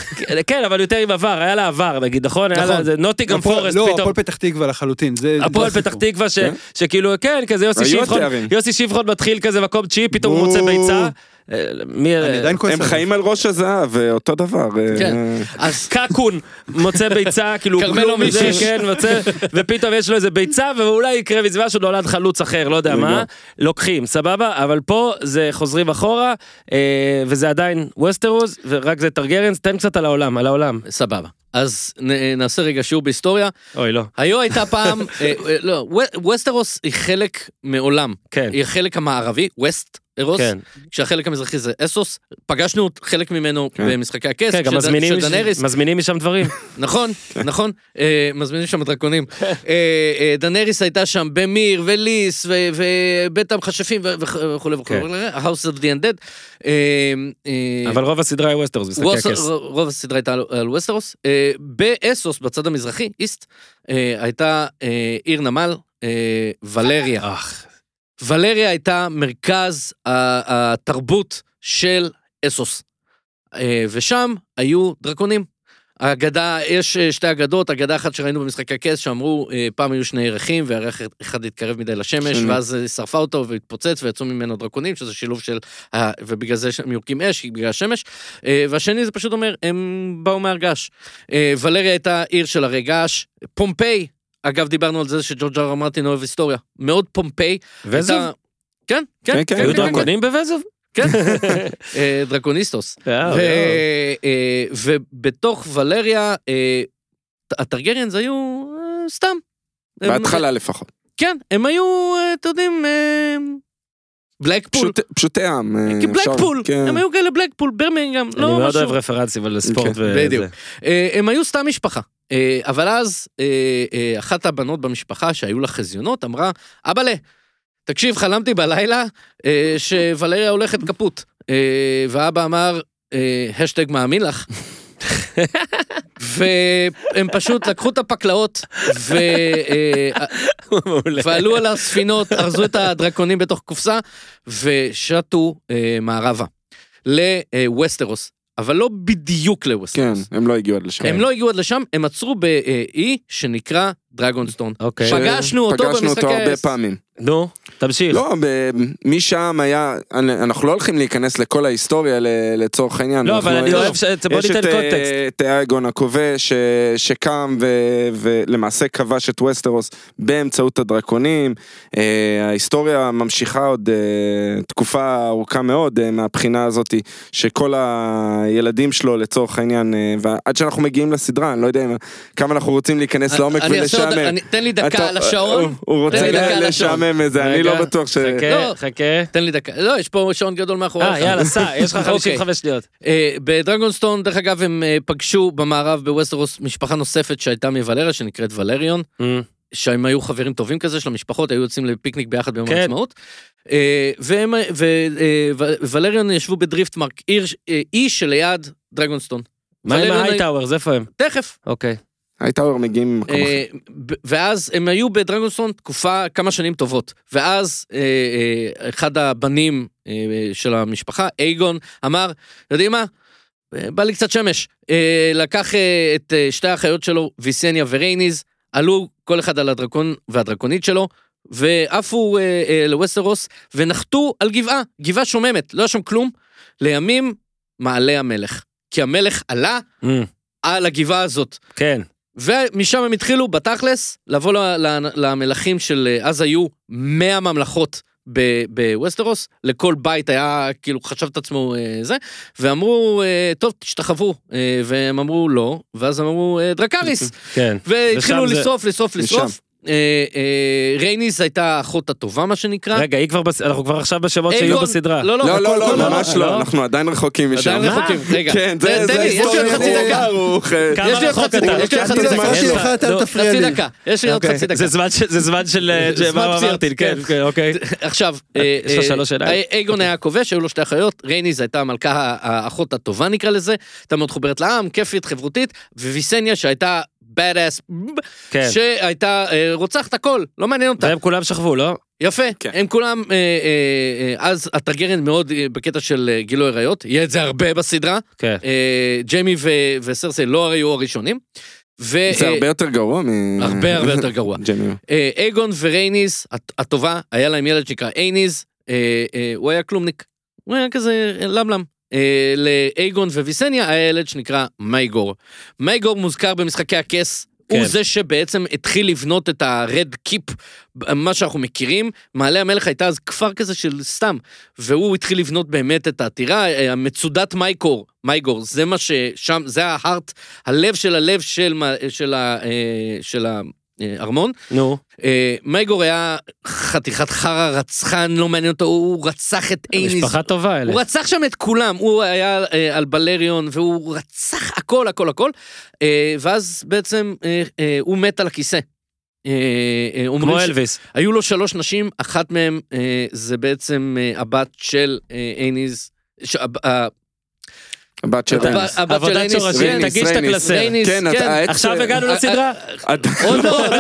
כן אבל יותר עם עבר, היה לה עבר נגיד, נכון? היה
נכון.
לה נוטיגם
הפועל-
פורסט
לא,
פתאום.
הפועל פתח תקווה לחלוטין. זה- זה
הפועל
הסיפור.
פתח תקווה ש- שכאילו כן כזה יוסי
היו
שבחון
תארים.
יוסי שבחון מתחיל כזה מקום תשיעי פתאום הוא מוצא
בואו.
ביצה. אה, מי-
אני עדיין כועס.
הם
עליו.
חיים על ראש הזהב, אה, אותו דבר. אה,
כן.
אה,
אז
קקון מוצא ביצה, כאילו הוא
כרמל
כלום
עמית.
מזה, כן, מוצא, ופתאום יש לו איזה ביצה, ואולי יקרה מזה משהו, נולד חלוץ אחר, לא יודע מה, לוקחים, סבבה, אבל פה זה חוזרים אחורה, אה, וזה עדיין ווסטרוז, ורק זה טרגרנס, תן קצת על העולם, על העולם.
סבבה. אז נ- נעשה רגע שיעור בהיסטוריה.
אוי, לא.
היו הייתה פעם, אה, אה, לא, ו- ווסטרוס היא חלק מעולם.
כן.
היא החלק המערבי, ווסט ארוס,
כן.
כשהחלק המזרחי זה אסוס. פגשנו חלק ממנו במשחקי הכס,
כן, גם
של-
מזמינים כן.
של
מש-
דנריס.
מזמינים משם דברים.
נכון, נכון, אה, מזמינים שם דרקונים.
כן.
אה, אה, דנריס הייתה שם במיר וליס ו- ובית המכשפים ו- וכו' וכו',
כן.
House of the Undead. אה, אה,
אבל רוב הסדרה היא ווסטרוז, משחקי
רוס-
הכס.
ר- רוב הסדרה הייתה על- על ווסטרוס. אה, באסוס, בצד המזרחי, איסט, אה, הייתה אה, עיר נמל, אה, ולריה. ולריה הייתה מרכז ה- התרבות של אסוס. אה, ושם היו דרקונים. האגדה, יש אה, שתי אגדות, אגדה אחת שראינו במשחק הכס, שאמרו, אה, פעם היו שני ירחים, והירח אחד התקרב מדי לשמש,
שני.
ואז אה, שרפה אותו והתפוצץ, ויצאו ממנו דרקונים, שזה שילוב של, ה- ובגלל זה שהם יורקים אש, בגלל השמש. אה, והשני זה פשוט אומר, הם באו מהרגש. אה, ולריה הייתה עיר של הרי געש, פומפיי, אגב, דיברנו על זה שג'ורג' אר מרטין אוהב היסטוריה, מאוד פומפיי.
וזוב.
הייתה- כן,
כן,
כן,
כן,
היו
כן, כן,
דרקונים בבזוב?
כן. אה, דרקוניסטוס.
אה,
ו-
אה.
אה, ובתוך ולריה, אה, הטרגריאנס היו אה, סתם. הם-
בהתחלה לפחות.
כן, הם היו, אה, אתם יודעים, אה, בלקפול.
פשוט- פשוטי עם. אה,
כי
אפשר-
בלקפול,
כן.
הם היו כאלה בלקפול, ברמינגהם,
אני
לא
מאוד
משהו.
אוהב רפרנסים על ספורט
כן,
ו...
בדיוק. אה, הם היו סתם משפחה. אה, אבל אז אה, אה, אחת הבנות במשפחה שהיו לה חזיונות אמרה, אבאלה, תקשיב, חלמתי בלילה אה, שוולריה הולכת קפוט. אה, ואבא אמר, אה, השטג מאמין לך. והם פשוט לקחו את הפקלאות ו... אה,
מעולה.
ועלו על הספינות, ארזו את הדרקונים בתוך קופסה, ושטו אה, מערבה. לווסטרוס, אבל לא בדיוק
כן,
לווסטרוס.
הם לא הגיעו עד לשם.
הם לא הגיעו עד לשם, הם עצרו באי שנקרא דרגונסטון.
אוקיי.
ש-
פגשנו אותו
אה, פגשנו
במשחק
אותו הרבה
ה-
פעמים.
נו, תמשיך.
לא, ב- משם היה, אנחנו לא הולכים להיכנס לכל ההיסטוריה ל- לצורך העניין.
לא,
אנחנו-
אבל אני
יש-
אוהב ש... בוא
יש את
ניתן קונטקסט.
אה, את האגון הכובש אה, שקם ו- ולמעשה כבש את ווסטרוס באמצעות הדרקונים. אה, ההיסטוריה ממשיכה עוד אה, תקופה ארוכה מאוד אה, מהבחינה הזאת שכל הילדים שלו לצורך העניין, אה, ועד שאנחנו מגיעים לסדרה, אני לא יודע אם- כמה אנחנו רוצים להיכנס לעומק
אני אעשה עוד-
ולשעמם.
אני- תן לי
אתה-
דקה על השעון.
הוא- הוא
תן לי
רוצה
דקה על
ל-
השעון.
לשעמם את זה, אני
רגע, כן.
לא בטוח ש...
חכה,
לא.
חכה.
תן לי דקה. לא, יש פה שעון גדול מאחוריך.
אה, יאללה, סע, יש לך
אוקיי.
55 שניות.
אה, בדרגונסטון, דרך אגב, הם אה, פגשו במערב בווסטרוס משפחה נוספת שהייתה מוולריה, שנקראת ולריון.
Mm.
שהם היו חברים טובים כזה של המשפחות, היו יוצאים לפיקניק ביחד ביום
כן.
העצמאות. אה, והם, וולריון ישבו בדריפטמרק, עיר, אה, אי שליד דרגונסטון.
מה עם
ולריון היו-
ההייטאוורס? איפה הם?
תכף.
אוקיי.
הייטאוור מגיעים ממקום אחר.
אה, ב- ואז הם היו בדרגונסטון תקופה, כמה שנים טובות. ואז אה, אה, אחד הבנים אה, אה, של המשפחה, אייגון, אמר, יודעים מה? אה, בא לי קצת שמש. אה, לקח אה, את אה, שתי האחיות שלו, ויסניה ורייניז, עלו כל אחד על הדרקון והדרקונית שלו, ועפו אה, אה, לווסטרוס, ונחתו על גבעה, גבעה שוממת, לא היה שם כלום. לימים, מעלה המלך. כי המלך עלה
אמ,
על הגבעה הזאת.
כן.
ומשם הם התחילו בתכלס לבוא ל- ל- למלכים של אה, אז היו 100 ממלכות ב- בווסטרוס, לכל בית היה כאילו חשב את עצמו אה, זה, ואמרו אה, טוב תשתחוו, אה, והם אמרו לא, ואז הם אמרו אה, דרקריס,
כן.
והתחילו
ושם זה-
לשרוף, לשרוף, לשרוף. אה, אה, רייניס הייתה האחות הטובה מה שנקרא.
רגע, היא כבר, בס- אנחנו כבר עכשיו בשמות
אייגון-
שיהיו בסדרה.
לא,
לא,
לא,
לא,
הכל-
לא, ממש
לא?
לא, אנחנו עדיין רחוקים משם.
עדיין רחוקים, רגע.
כן, זה אה,
תן- תן לי, יש לי עוד
היסטוריה
חצי
הוא-
דקה.
הוא-
כמה
יש לי עוד
רחוק
חצי
אתה?
דקה, יש לי עוד חצי דקה.
יש לך.
לך, אתה
נו,
אל תפריע
חצי
לי.
דקה, יש לי עוד
אוקיי.
חצי דקה.
זה זמן של- זה זמן של אה,
זה זמן
ג'מאל
פציעות,
מרטין, כן,
כן.
כן, אוקיי.
עכשיו, אה,
יש לך
אה,
שלוש עיניים. אוקיי.
אה, אייגון היה הכובש, היו לו שתי אחיות, רייניז הייתה המלכה, ה- האחות הטובה נקרא לזה, הייתה מאוד חוברת לעם, כיפית, חברותית, וויסניה שהייתה bad ass,
כן.
שהייתה אה, רוצחת הכל, לא מעניין אותה.
והם כולם שכבו, לא?
יפה,
כן.
הם כולם, אה, אה, אה, אז הטרגרן מאוד אה, בקטע של אה, גילוי עריות, יהיה את זה הרבה בסדרה,
כן.
אה, ג'יימי ו- וסרסי לא הרי היו הראשונים. ו-
זה
אה,
הרבה יותר גרוע מ...
הרבה הרבה יותר גרוע.
ג'מי.
אה, אייגון ורייניז, הט- הטובה, היה להם ילד שנקרא אייניז, אה, אה, הוא היה כלומניק, הוא היה כזה אה, למלם. אה, לאייגון וויסניה היה ילד שנקרא מייגור. מייגור מוזכר במשחקי הכס.
כן.
הוא זה שבעצם התחיל לבנות את ה-Red Keep, מה שאנחנו מכירים. מעלה המלך הייתה אז כפר כזה של סתם, והוא התחיל לבנות באמת את העתירה, אה, המצודת מייקור, מייגור, זה מה ששם, זה ההארט, הלב של הלב של, מה- של, ה- אה, של הארמון.
נו.
אה, מייגור היה חתיכת חרא, רצחן, לא מעניין אותו, הוא רצח את אייניס.
משפחה טובה אלה.
הוא רצח שם את כולם, הוא היה אה, על בלריון והוא רצח הכל הכל הכל, אה, ואז בעצם אה, אה, הוא מת על הכיסא. אה, אה, אומרים
כמו
ש-
אלוויס.
היו לו שלוש נשים, אחת מהן אה, זה בעצם אה, הבת של אה, אייניס, ש- הב- ה-
הבת של
הבת-
רייניס.
הבת של
עבודת
אייניס,
שורשים,
רייניס,
תגיש את
רייניס.
הקלסר.
רייניס,
כן, אתה-
כן.
האקס-
עכשיו הגענו
אה,
לסדרה.
אתה-
עוד לא, עוד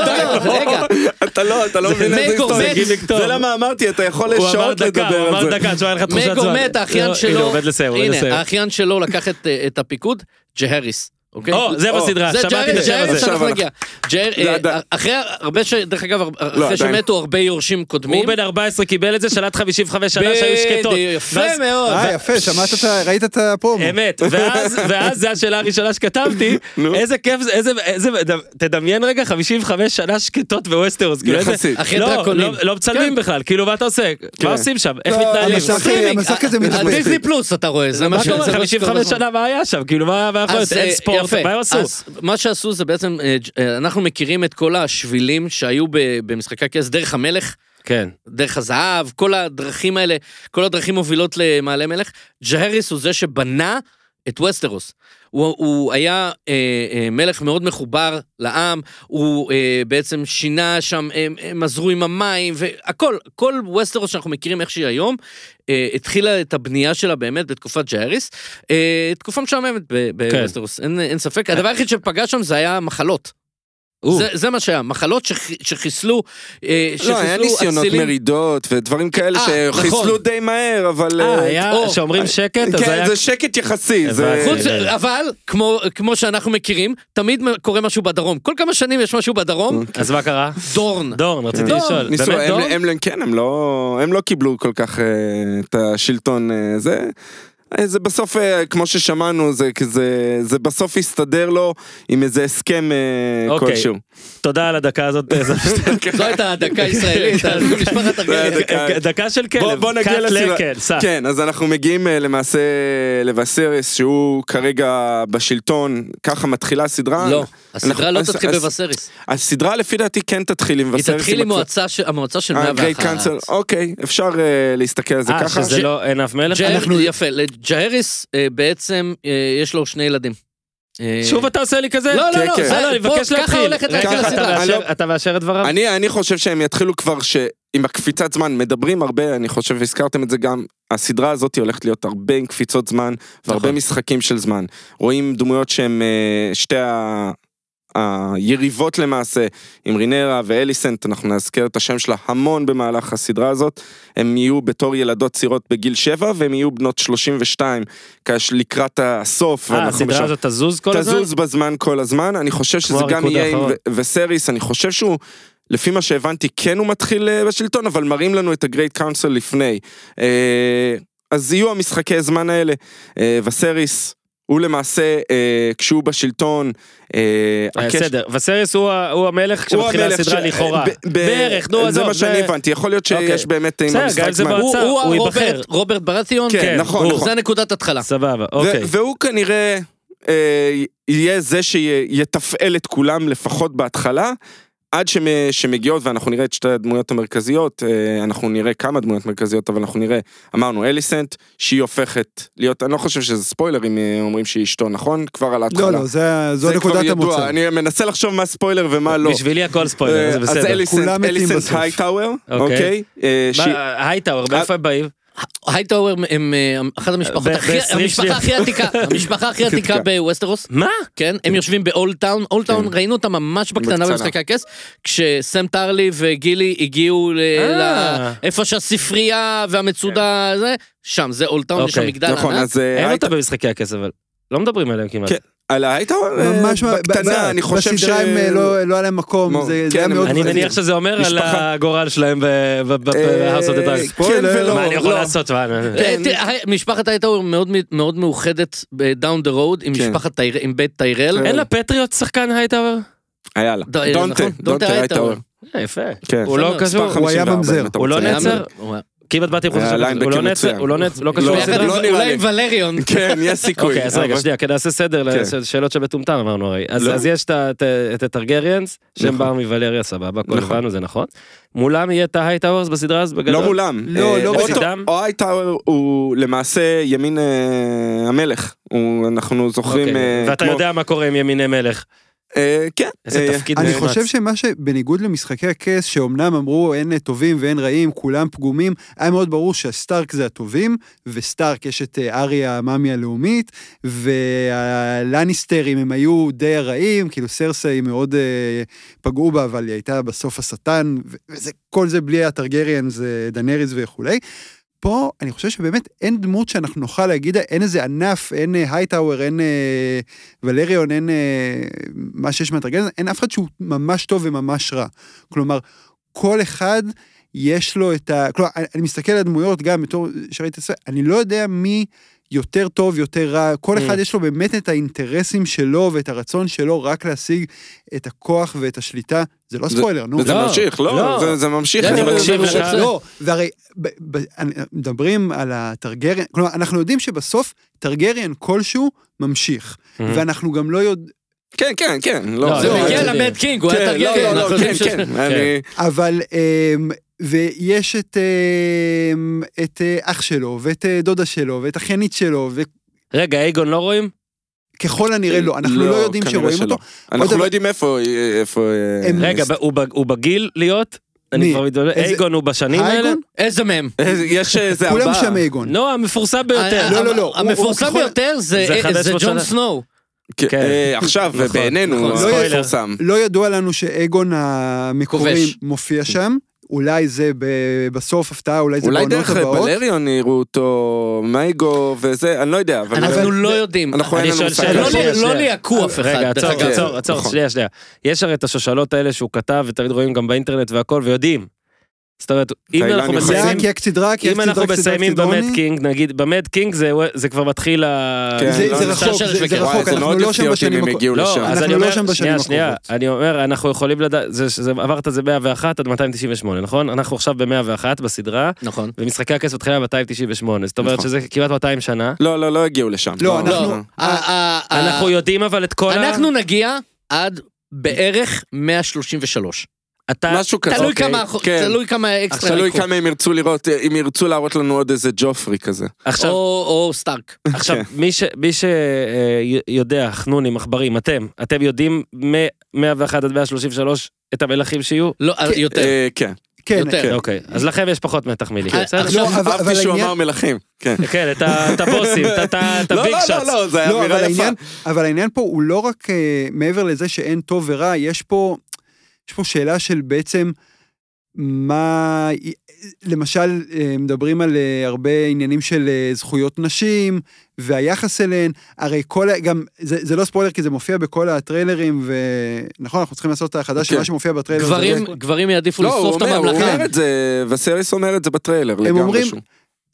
לא, רגע.
אתה לא, אתה לא
זה
מבין איזה
מייגו,
היסטוריה.
זה גימיק
טוב.
זה למה אמרתי, אתה יכול
הוא אמר
לשעות
דקה, הוא
לדבר על
אמר
זה.
דקה, שלא היה לך תחושת
מייגו
זמן.
מת, האחיין
לא,
שלו, אה.
הנה, הוא עובד לסיים, הוא עובד
הנה,
לסיים.
האחיין שלו לקח את, את הפיקוד, אה, ג'הריס. אוקיי?
או, זה
או,
בסדרה,
זה
שמעתי את
ג'רי,
השם
ג'רי,
הזה.
עכשיו
שאנחנו
אנחנו-
נגיע. ג'רי,
זה
אה,
עדיין- לא,
אחרי הרבה ש... דרך אגב, אחרי
עדיין.
שמתו הרבה יורשים
הוא
קודמים.
בן 14 קיבל את זה, שלט 55 שנה שהיו שקטות.
בדיוק, יפה
ואז-
מאוד.
אה, יפה, שמעת את ה... ראית את הפרומו.
אמת, ואז, ואז זו השאלה הראשונה שכתבתי,
נו.
איזה כיף זה, איזה, איזה, תדמיין רגע 55 שנה שקטות בווסטרוס, כאילו איזה,
יחסית.
אחי
לא,
דרקונים.
לא, לא
כן.
מצלמים בכלל, כאילו מה אתה עושה, מה עושים שם, איך
לא,
מתנהלים,
המסך-
סטרימינג,
המסך כזה
על- על
מתהפך.
דיסני פלוס אתה רואה, זה מה
אה, מה
ש- זה
קורה,
מה שקורה
55
בזמן.
שנה מה היה שם, כאילו מה מה יכול להיות,
אז,
אין
אה,
ספורט,
יפה.
מה הם עשו,
אז מה שעשו זה בעצם, אה, ג'- אה, אנחנו מכירים את כל השבילים שהיו ב- במשחקי הכס, דרך המלך,
כן,
דרך הזהב, כל הדרכים האלה, כל הדרכים מובילות למעלה מלך. ג'הריס הוא זה שבנה את ווסטרוס. הוא, הוא היה אה, אה, מלך מאוד מחובר לעם, הוא אה, בעצם שינה שם, הם, הם עזרו עם המים והכל, כל ווסטרוס שאנחנו מכירים איך שהיא היום, אה, התחילה את הבנייה שלה באמת בתקופת ג'הריס. אה, תקופה משעממת ב-
כן.
בווסטרוס, אין, אין ספק. הדבר היחיד שפגע שם זה היה מחלות.
או.
זה, זה מה שהיה, מחלות שח, שחיסלו, אה, שחיסלו
לא, היה ניסיונות
אצילים.
מרידות ודברים כאלה
אה, נכון.
שחיסלו די מהר, אבל...
אה,
אה,
היה,
או.
שאומרים שקט, אז היה,
כן, זה שקט יחסי. זה-
הבנתי.
חוץ,
אה,
אבל כמו, כמו שאנחנו מכירים, תמיד מ- קורה משהו בדרום. כל כמה שנים יש משהו בדרום,
אז מה קרה?
דורן.
דורן, רציתי
דורן.
לשאול,
ניסו,
באמת
הם-
דורן?
הם, הם, כן, הם לא, הם לא קיבלו כל כך אה, את השלטון אה, זה. אה, זה בסוף, אה, כמו ששמענו, זה, זה, זה בסוף הסתדר לו עם איזה הסכם אה,
אוקיי.
כלשהו.
תודה על הדקה הזאת, זה-
זו הייתה הדקה הישראלית, על משפחת
זה
הרגלית.
הדקה. דקה.
אה, דקה של כלב,
בוא, בוא נגיע
קאט
לסיבה.
לקל, סע.
כן, אז אנחנו מגיעים אה, למעשה לבשריס, שהוא כרגע בשלטון, ככה מתחילה הסדרה.
לא, הסדרה לא
אנחנו-
תתחיל
הס-
בבסיריס.
הסדרה לפי דעתי כן תתחיל עם
היא
וסריס.
תתחיל עם מועצה של- המועצה של
גרייט
101.
אה, קאנסל, אוקיי, אפשר אה, להסתכל על זה
אה,
ככה.
שזה לא, אין אף מלך?
ג'הר-
אנחנו-
יפה, לג'הריס אה, בעצם אה, יש לו שני ילדים. אה,
שוב אתה עושה לי כזה?
לא,
לא, לא, כן, זה-
אה, אני
פה-
מבקש
ככה
להתחיל.
הולכת
רגע,
להתחיל
אתה
הסדרה.
מאשר-
אני לא-
אתה מאשר את דבריו?
אני, אני חושב שהם יתחילו כבר ש... עם הקפיצת זמן מדברים הרבה, אני חושב, הזכרתם את זה גם, הסדרה הזאת הולכת להיות הרבה עם קפיצות זמן והרבה
נכון.
משחקים של זמן. רואים דמויות שהן אה, שתי ה... היריבות למעשה, עם רינרה ואליסנט, אנחנו נאזכר את השם שלה המון במהלך הסדרה הזאת. הם יהיו בתור ילדות צעירות בגיל 7 והם יהיו בנות 32, כאש לקראת הסוף.
אה,
ואנחנו
הסדרה
משם-
הזאת תזוז כל הזמן?
תזוז בזמן כל הזמן, אני חושב שזה גם
הריקוד
יהיה עם
האחרון.
ו- וסריס, אני חושב שהוא, לפי מה שהבנתי, כן הוא מתחיל אה, בשלטון, אבל מראים לנו את הגרייט קאונסל לפני. אה, אז יהיו המשחקי זמן האלה. אה, וסריס, הוא למעשה, אה, כשהוא בשלטון, אה,
אה,
הקש-
בסדר, וסריס הוא ה- הוא המלך
הוא
כשמתחילה
המלך
הסדרה
ש-
לכאורה.
ב- ב-
בערך, נו,
זה
עזוב,
מה שאני
זה-
הבנתי, יכול להיות שיש
אוקיי.
באמת עם
בסדר, גם
המשחק
אם זה
זמן.
הוא-
עצר,
הוא
הוא
הרוברט-
ייבחר.
רוברט ברטיון.
כן, נכון,
הוא.
נכון.
זה נקודת התחלה.
סבבה,
ו-
אוקיי.
והוא כנראה אה, יהיה זה שיתפעל את כולם לפחות בהתחלה. עד שמ, שמגיעות ואנחנו נראה את שתי הדמויות המרכזיות, אה, אנחנו נראה כמה דמויות מרכזיות, אבל אנחנו נראה, אמרנו אליסנט, שהיא הופכת להיות, אני לא חושב שזה ספוילר אם אה, אומרים שהיא אשתו, נכון? כבר על
לא,
ההתחלה.
לא, זה- זו
זה כבר
נקודת
ידוע,
המוצא.
אני מנסה לחשוב מה ספוילר ומה לא.
בשבילי הכל ספוילר,
אה,
זה
אז
בסדר.
כולם
אליסנט,
מתים
אליסנט
בסוף.
הייטאוור,
אוקיי.
אוקיי? אה, שהיא-
מה, הייטאוור, מאיפה הם באים?
הייטאוור הם, הם אה, אחת המשפחות
ב-
הכי,
ב-
המשפחה הכי עתיקה, המשפחה הכי עתיקה בווסטרוס,
מה?
כן, הם יושבים באולד טאון, אולד טאון
כן.
ראינו אותם ממש בקטנה
בקטנה.
במשחקי הכס, כשסם טרלי וגילי הגיעו ל...
אה.
ל- איפה שהספרייה והמצודה, זה, שם, זה אולד טאון, יש שם
אוקיי.
מגדל
כן. נכון,
ענק,
אז אה,
אין
הייט-
אותה במשחקי הכס, אבל לא מדברים עליהם כמעט.
כן. על ההייטאוור, אה,
ממש מה-
בקטנה,
ב-
אני
ב-
חושב ש...
בסדרה הם אה, לא לא היה להם
מו-
מקום, זה זה
כן,
היה
הם-
מאוד...
אני מניח שזה אומר על
משפחה.
הגורל שלהם
אה,
ב-house of the Dragon.
כן
ספוילר.
ולא.
מה אני יכול
לא.
לעשות? מה, אני-
אה, תראה, ה- משפחת הייטאוור מאוד מ- מאוד מאוחדת דאון דה רוד עם
כן.
משפחת טיירל, עם בית טיירל,
כן.
אין לפטריוט שחקן הייטאוור?
היה לה.
ד- אה,
דונטה,
נכון, דונטה
דונטה הייטאוור.
הייטאוור.
אה, יפה.
כן.
הוא לא
בסדר,
קשור.
מספר
הוא היה
54,
ממזר.
אם אתה
הוא לא
רוצה.
היה-
נעצר?
הוא היה-
כמעט באתי עם
היה
חוסר
ליינבקר
הוא לא נעצר,
מצוין.
הוא לא נעצר, לא
לא,
קשור
ביחד
לסדרה.
עם-
לא נראה
אולי
לי.
עם ולריון,
כן, יש סיכוי.
אוקיי, אז רגע,
אבל-
שנייה, כדי לעשות סדר
כן.
לשאלות שבטומטם אמרנו הרי. אז
לא.
אז יש את ה- את ה- את הטרגריאנס, שהם
נכון.
באו מוולריה, סבבה, הכל
נכון.
הבנו, זה נכון. מולם יהיה את ההייטאוורס בסדרה אז בגדול.
לא מולם.
לא,
אה,
לא
אותו-
בצדם.
או הייטאוור הוא למעשה ימין אה, המלך. הוא- אנחנו זוכרים...
אוקיי.
אה,
ואתה
כמו-
יודע מה קורה עם ימיני מלך.
אה, כן.
איזה
אה,
תפקיד
אני
נאמץ.
חושב שמה שבניגוד למשחקי הכס, שאומנם אמרו אין טובים ואין רעים, כולם פגומים, היה מאוד ברור שהסטארק זה הטובים, וסטארק יש את אה, אריה המאמי הלאומית, והלניסטרים הם היו די הרעים, כאילו סרסאי מאוד אה, פגעו בה, אבל היא הייתה בסוף השטן, ו- וזה, כל זה בלי הטרגריאן, זה דנריס אה, וכולי. פה אני חושב שבאמת אין דמות שאנחנו נוכל להגיד, אין איזה ענף, אין אה, הייטאוור, אין אה, ולריון, אין אה, מה שיש מהטרגדיה, אין אף אחד שהוא ממש טוב וממש רע. כלומר, כל אחד יש לו את ה... כלומר, אני, אני מסתכל על הדמויות גם בתור שראיתי את זה, אני לא יודע מי יותר טוב, יותר רע, כל אחד יש לו באמת את האינטרסים שלו ואת הרצון שלו רק להשיג את הכוח ואת השליטה. זה לא ספוילר, נו.
וזה
לא,
ממשיך, לא,
לא.
זה- זה ממשיך.
אני
זה-
מקשיב לך.
אה.
לא, והרי ב- ב- אני- מדברים על הטרגריאן, כלומר, אנחנו יודעים שבסוף טרגריאן כלשהו ממשיך, ואנחנו גם לא יודעים,
כן, כן, כן,
לא,
לא.
זה
לא,
מגיע
אני צודק.
למד קינג, הוא היה
כן, לא,
טרגריה.
לא,
אנחנו
לא, כן,
יודעים ש-
כן, אני...
אבל, אמ, ויש את אמ, את אה, אח שלו, ואת אה, דודה שלו, ואת אחיינית שלו,
רגע, אייגון לא רואים?
וככל הנראה לא, אנחנו לא יודעים
כנראה
שרואים
שלא. אה,
אותו.
אנחנו
עוד
לא
דבר-
יודעים איפה... איפה-
הם-
רגע, ב- הוא ב- הוא בגיל להיות? אני
מי?
כבר מתבלבל.
איזה-
אייגון הוא בשנים האלה?
האייגון?
איזה מהם?
איזה- אה, יש איזה ארבעה.
כולם שם אייגון.
נו, המפורסם ביותר.
לא, לא, לא. הוא-
אה, המפורסם
הוא ככל-
ביותר זה אה,
זה אחד
זה
עשרה
ג'ון
שנה.
סנואו.
כן,
כן.
אה, עכשיו,
נכון,
בעינינו,
נכון.
הספוילר.
לא
מפורסם.
לא ידוע לנו שאגון המקורי
כובש.
מופיע שם, אולי זה ב- בסוף הפתעה, אולי זה
אולי
בעונות
דרך
הבאות.
בלריון יראו אותו, מייגו וזה, אני לא יודע, אבל...
אנחנו לא יודעים.
אנחנו אין
אני
לנו
שואל
מושג.
שאלה.
לא
שנייה,
לא
שנייה.
אה,
ליעקו אף אחד.
רגע,
דרך
עצור,
אגב.
כן,
עצור, עצור,
נכון.
שנייה, שנייה. יש הרי את השושלות האלה שהוא כתב, ותמיד רואים גם באינטרנט והכל, ויודעים. זאת אומרת, אם
תאילנד
אנחנו
יכול-
זה
מסיימים...
היה קייק סדרה, קייק
אם
סדרה,
אנחנו
קייק סדרה,
מסיימים
קייק סדרוני.
במד קינג, נגיד, במד קינג זה- זה כבר מתחיל ה...
כן,
זה-
לא
זה
יודע.
רחוק,
שרשרת
זה-
של
זה
קרח.
רחוק,
וואי, זה
אנחנו
מאוד
לא שם
הפתיע אותי
בשנים
אם הם
הקרובות.
הגיעו לשם.
אז
אנחנו
אני
לא
אומר,
שם בשנים
שנייה, שנייה,
הקרובות.
אני אומר, אנחנו יכולים לדעת, זה- זה- עברת את זה 101 עד 298, נכון? אנחנו עכשיו ב-101 בסדרה,
נכון.
ומשחקי הכס מתחילה ב-298, זאת אומרת
נכון.
שזה כמעט 200 שנה.
לא, לא, לא הגיעו לשם.
לא,
בוא,
אנחנו-
בוא.
ה- ה- ה-
אנחנו יודעים אבל את כל ה...
אה, אנחנו נגיע עד בערך 133.
אתה...
משהו כזה.
תלוי
אוקיי.
כמה
כן.
תלוי כמה אקסטרה
עכשיו תלוי
לקחו.
כמה הם ירצו לראות, אה, אם ירצו להראות לנו עוד איזה ג'ופרי כזה.
עכשיו,
או או סטארק.
עכשיו, מי ש- אה, מי שיודע, חנונים, עכברים, אתם, אתם יודעים מ-101 עד 133 את המלכים שיהיו?
לא, יותר.
אה, כן.
כן,
יותר. כן.
אוקיי, אז לכם יש פחות מתח מילי.
כן.
בסדר?
עכשיו-
לא, אבל-
אהבתי
אבל
שהוא
העניין-
אמר מלכים. כן.
כן, את ה- את הבוסים, את ה- את ה- את
לא,
הביג
לא, לא,
שוטס.
לא, זה היה
לא, אבל
אמירה יפה.
העניין, אבל העניין פה הוא לא רק אה, מעבר לזה שאין טוב ורע, יש פה, יש פה שאלה של בעצם מה, למשל אה, מדברים על אה, הרבה עניינים של אה, זכויות נשים והיחס אליהן, הרי כל, ה- גם, זה, זה לא ספוילר כי זה מופיע בכל הטריילרים, ונכון, אנחנו צריכים לעשות את החדש של
כן.
מה שמופיע בטריילר. זה
גברים-
לא-
גברים יעדיפו
לא, הוא
לשרוף את
אומר, הוא
הממלכה.
אומר את זה, וסריס אומר את זה בטריילר לגמרי.
אומרים-
שהוא-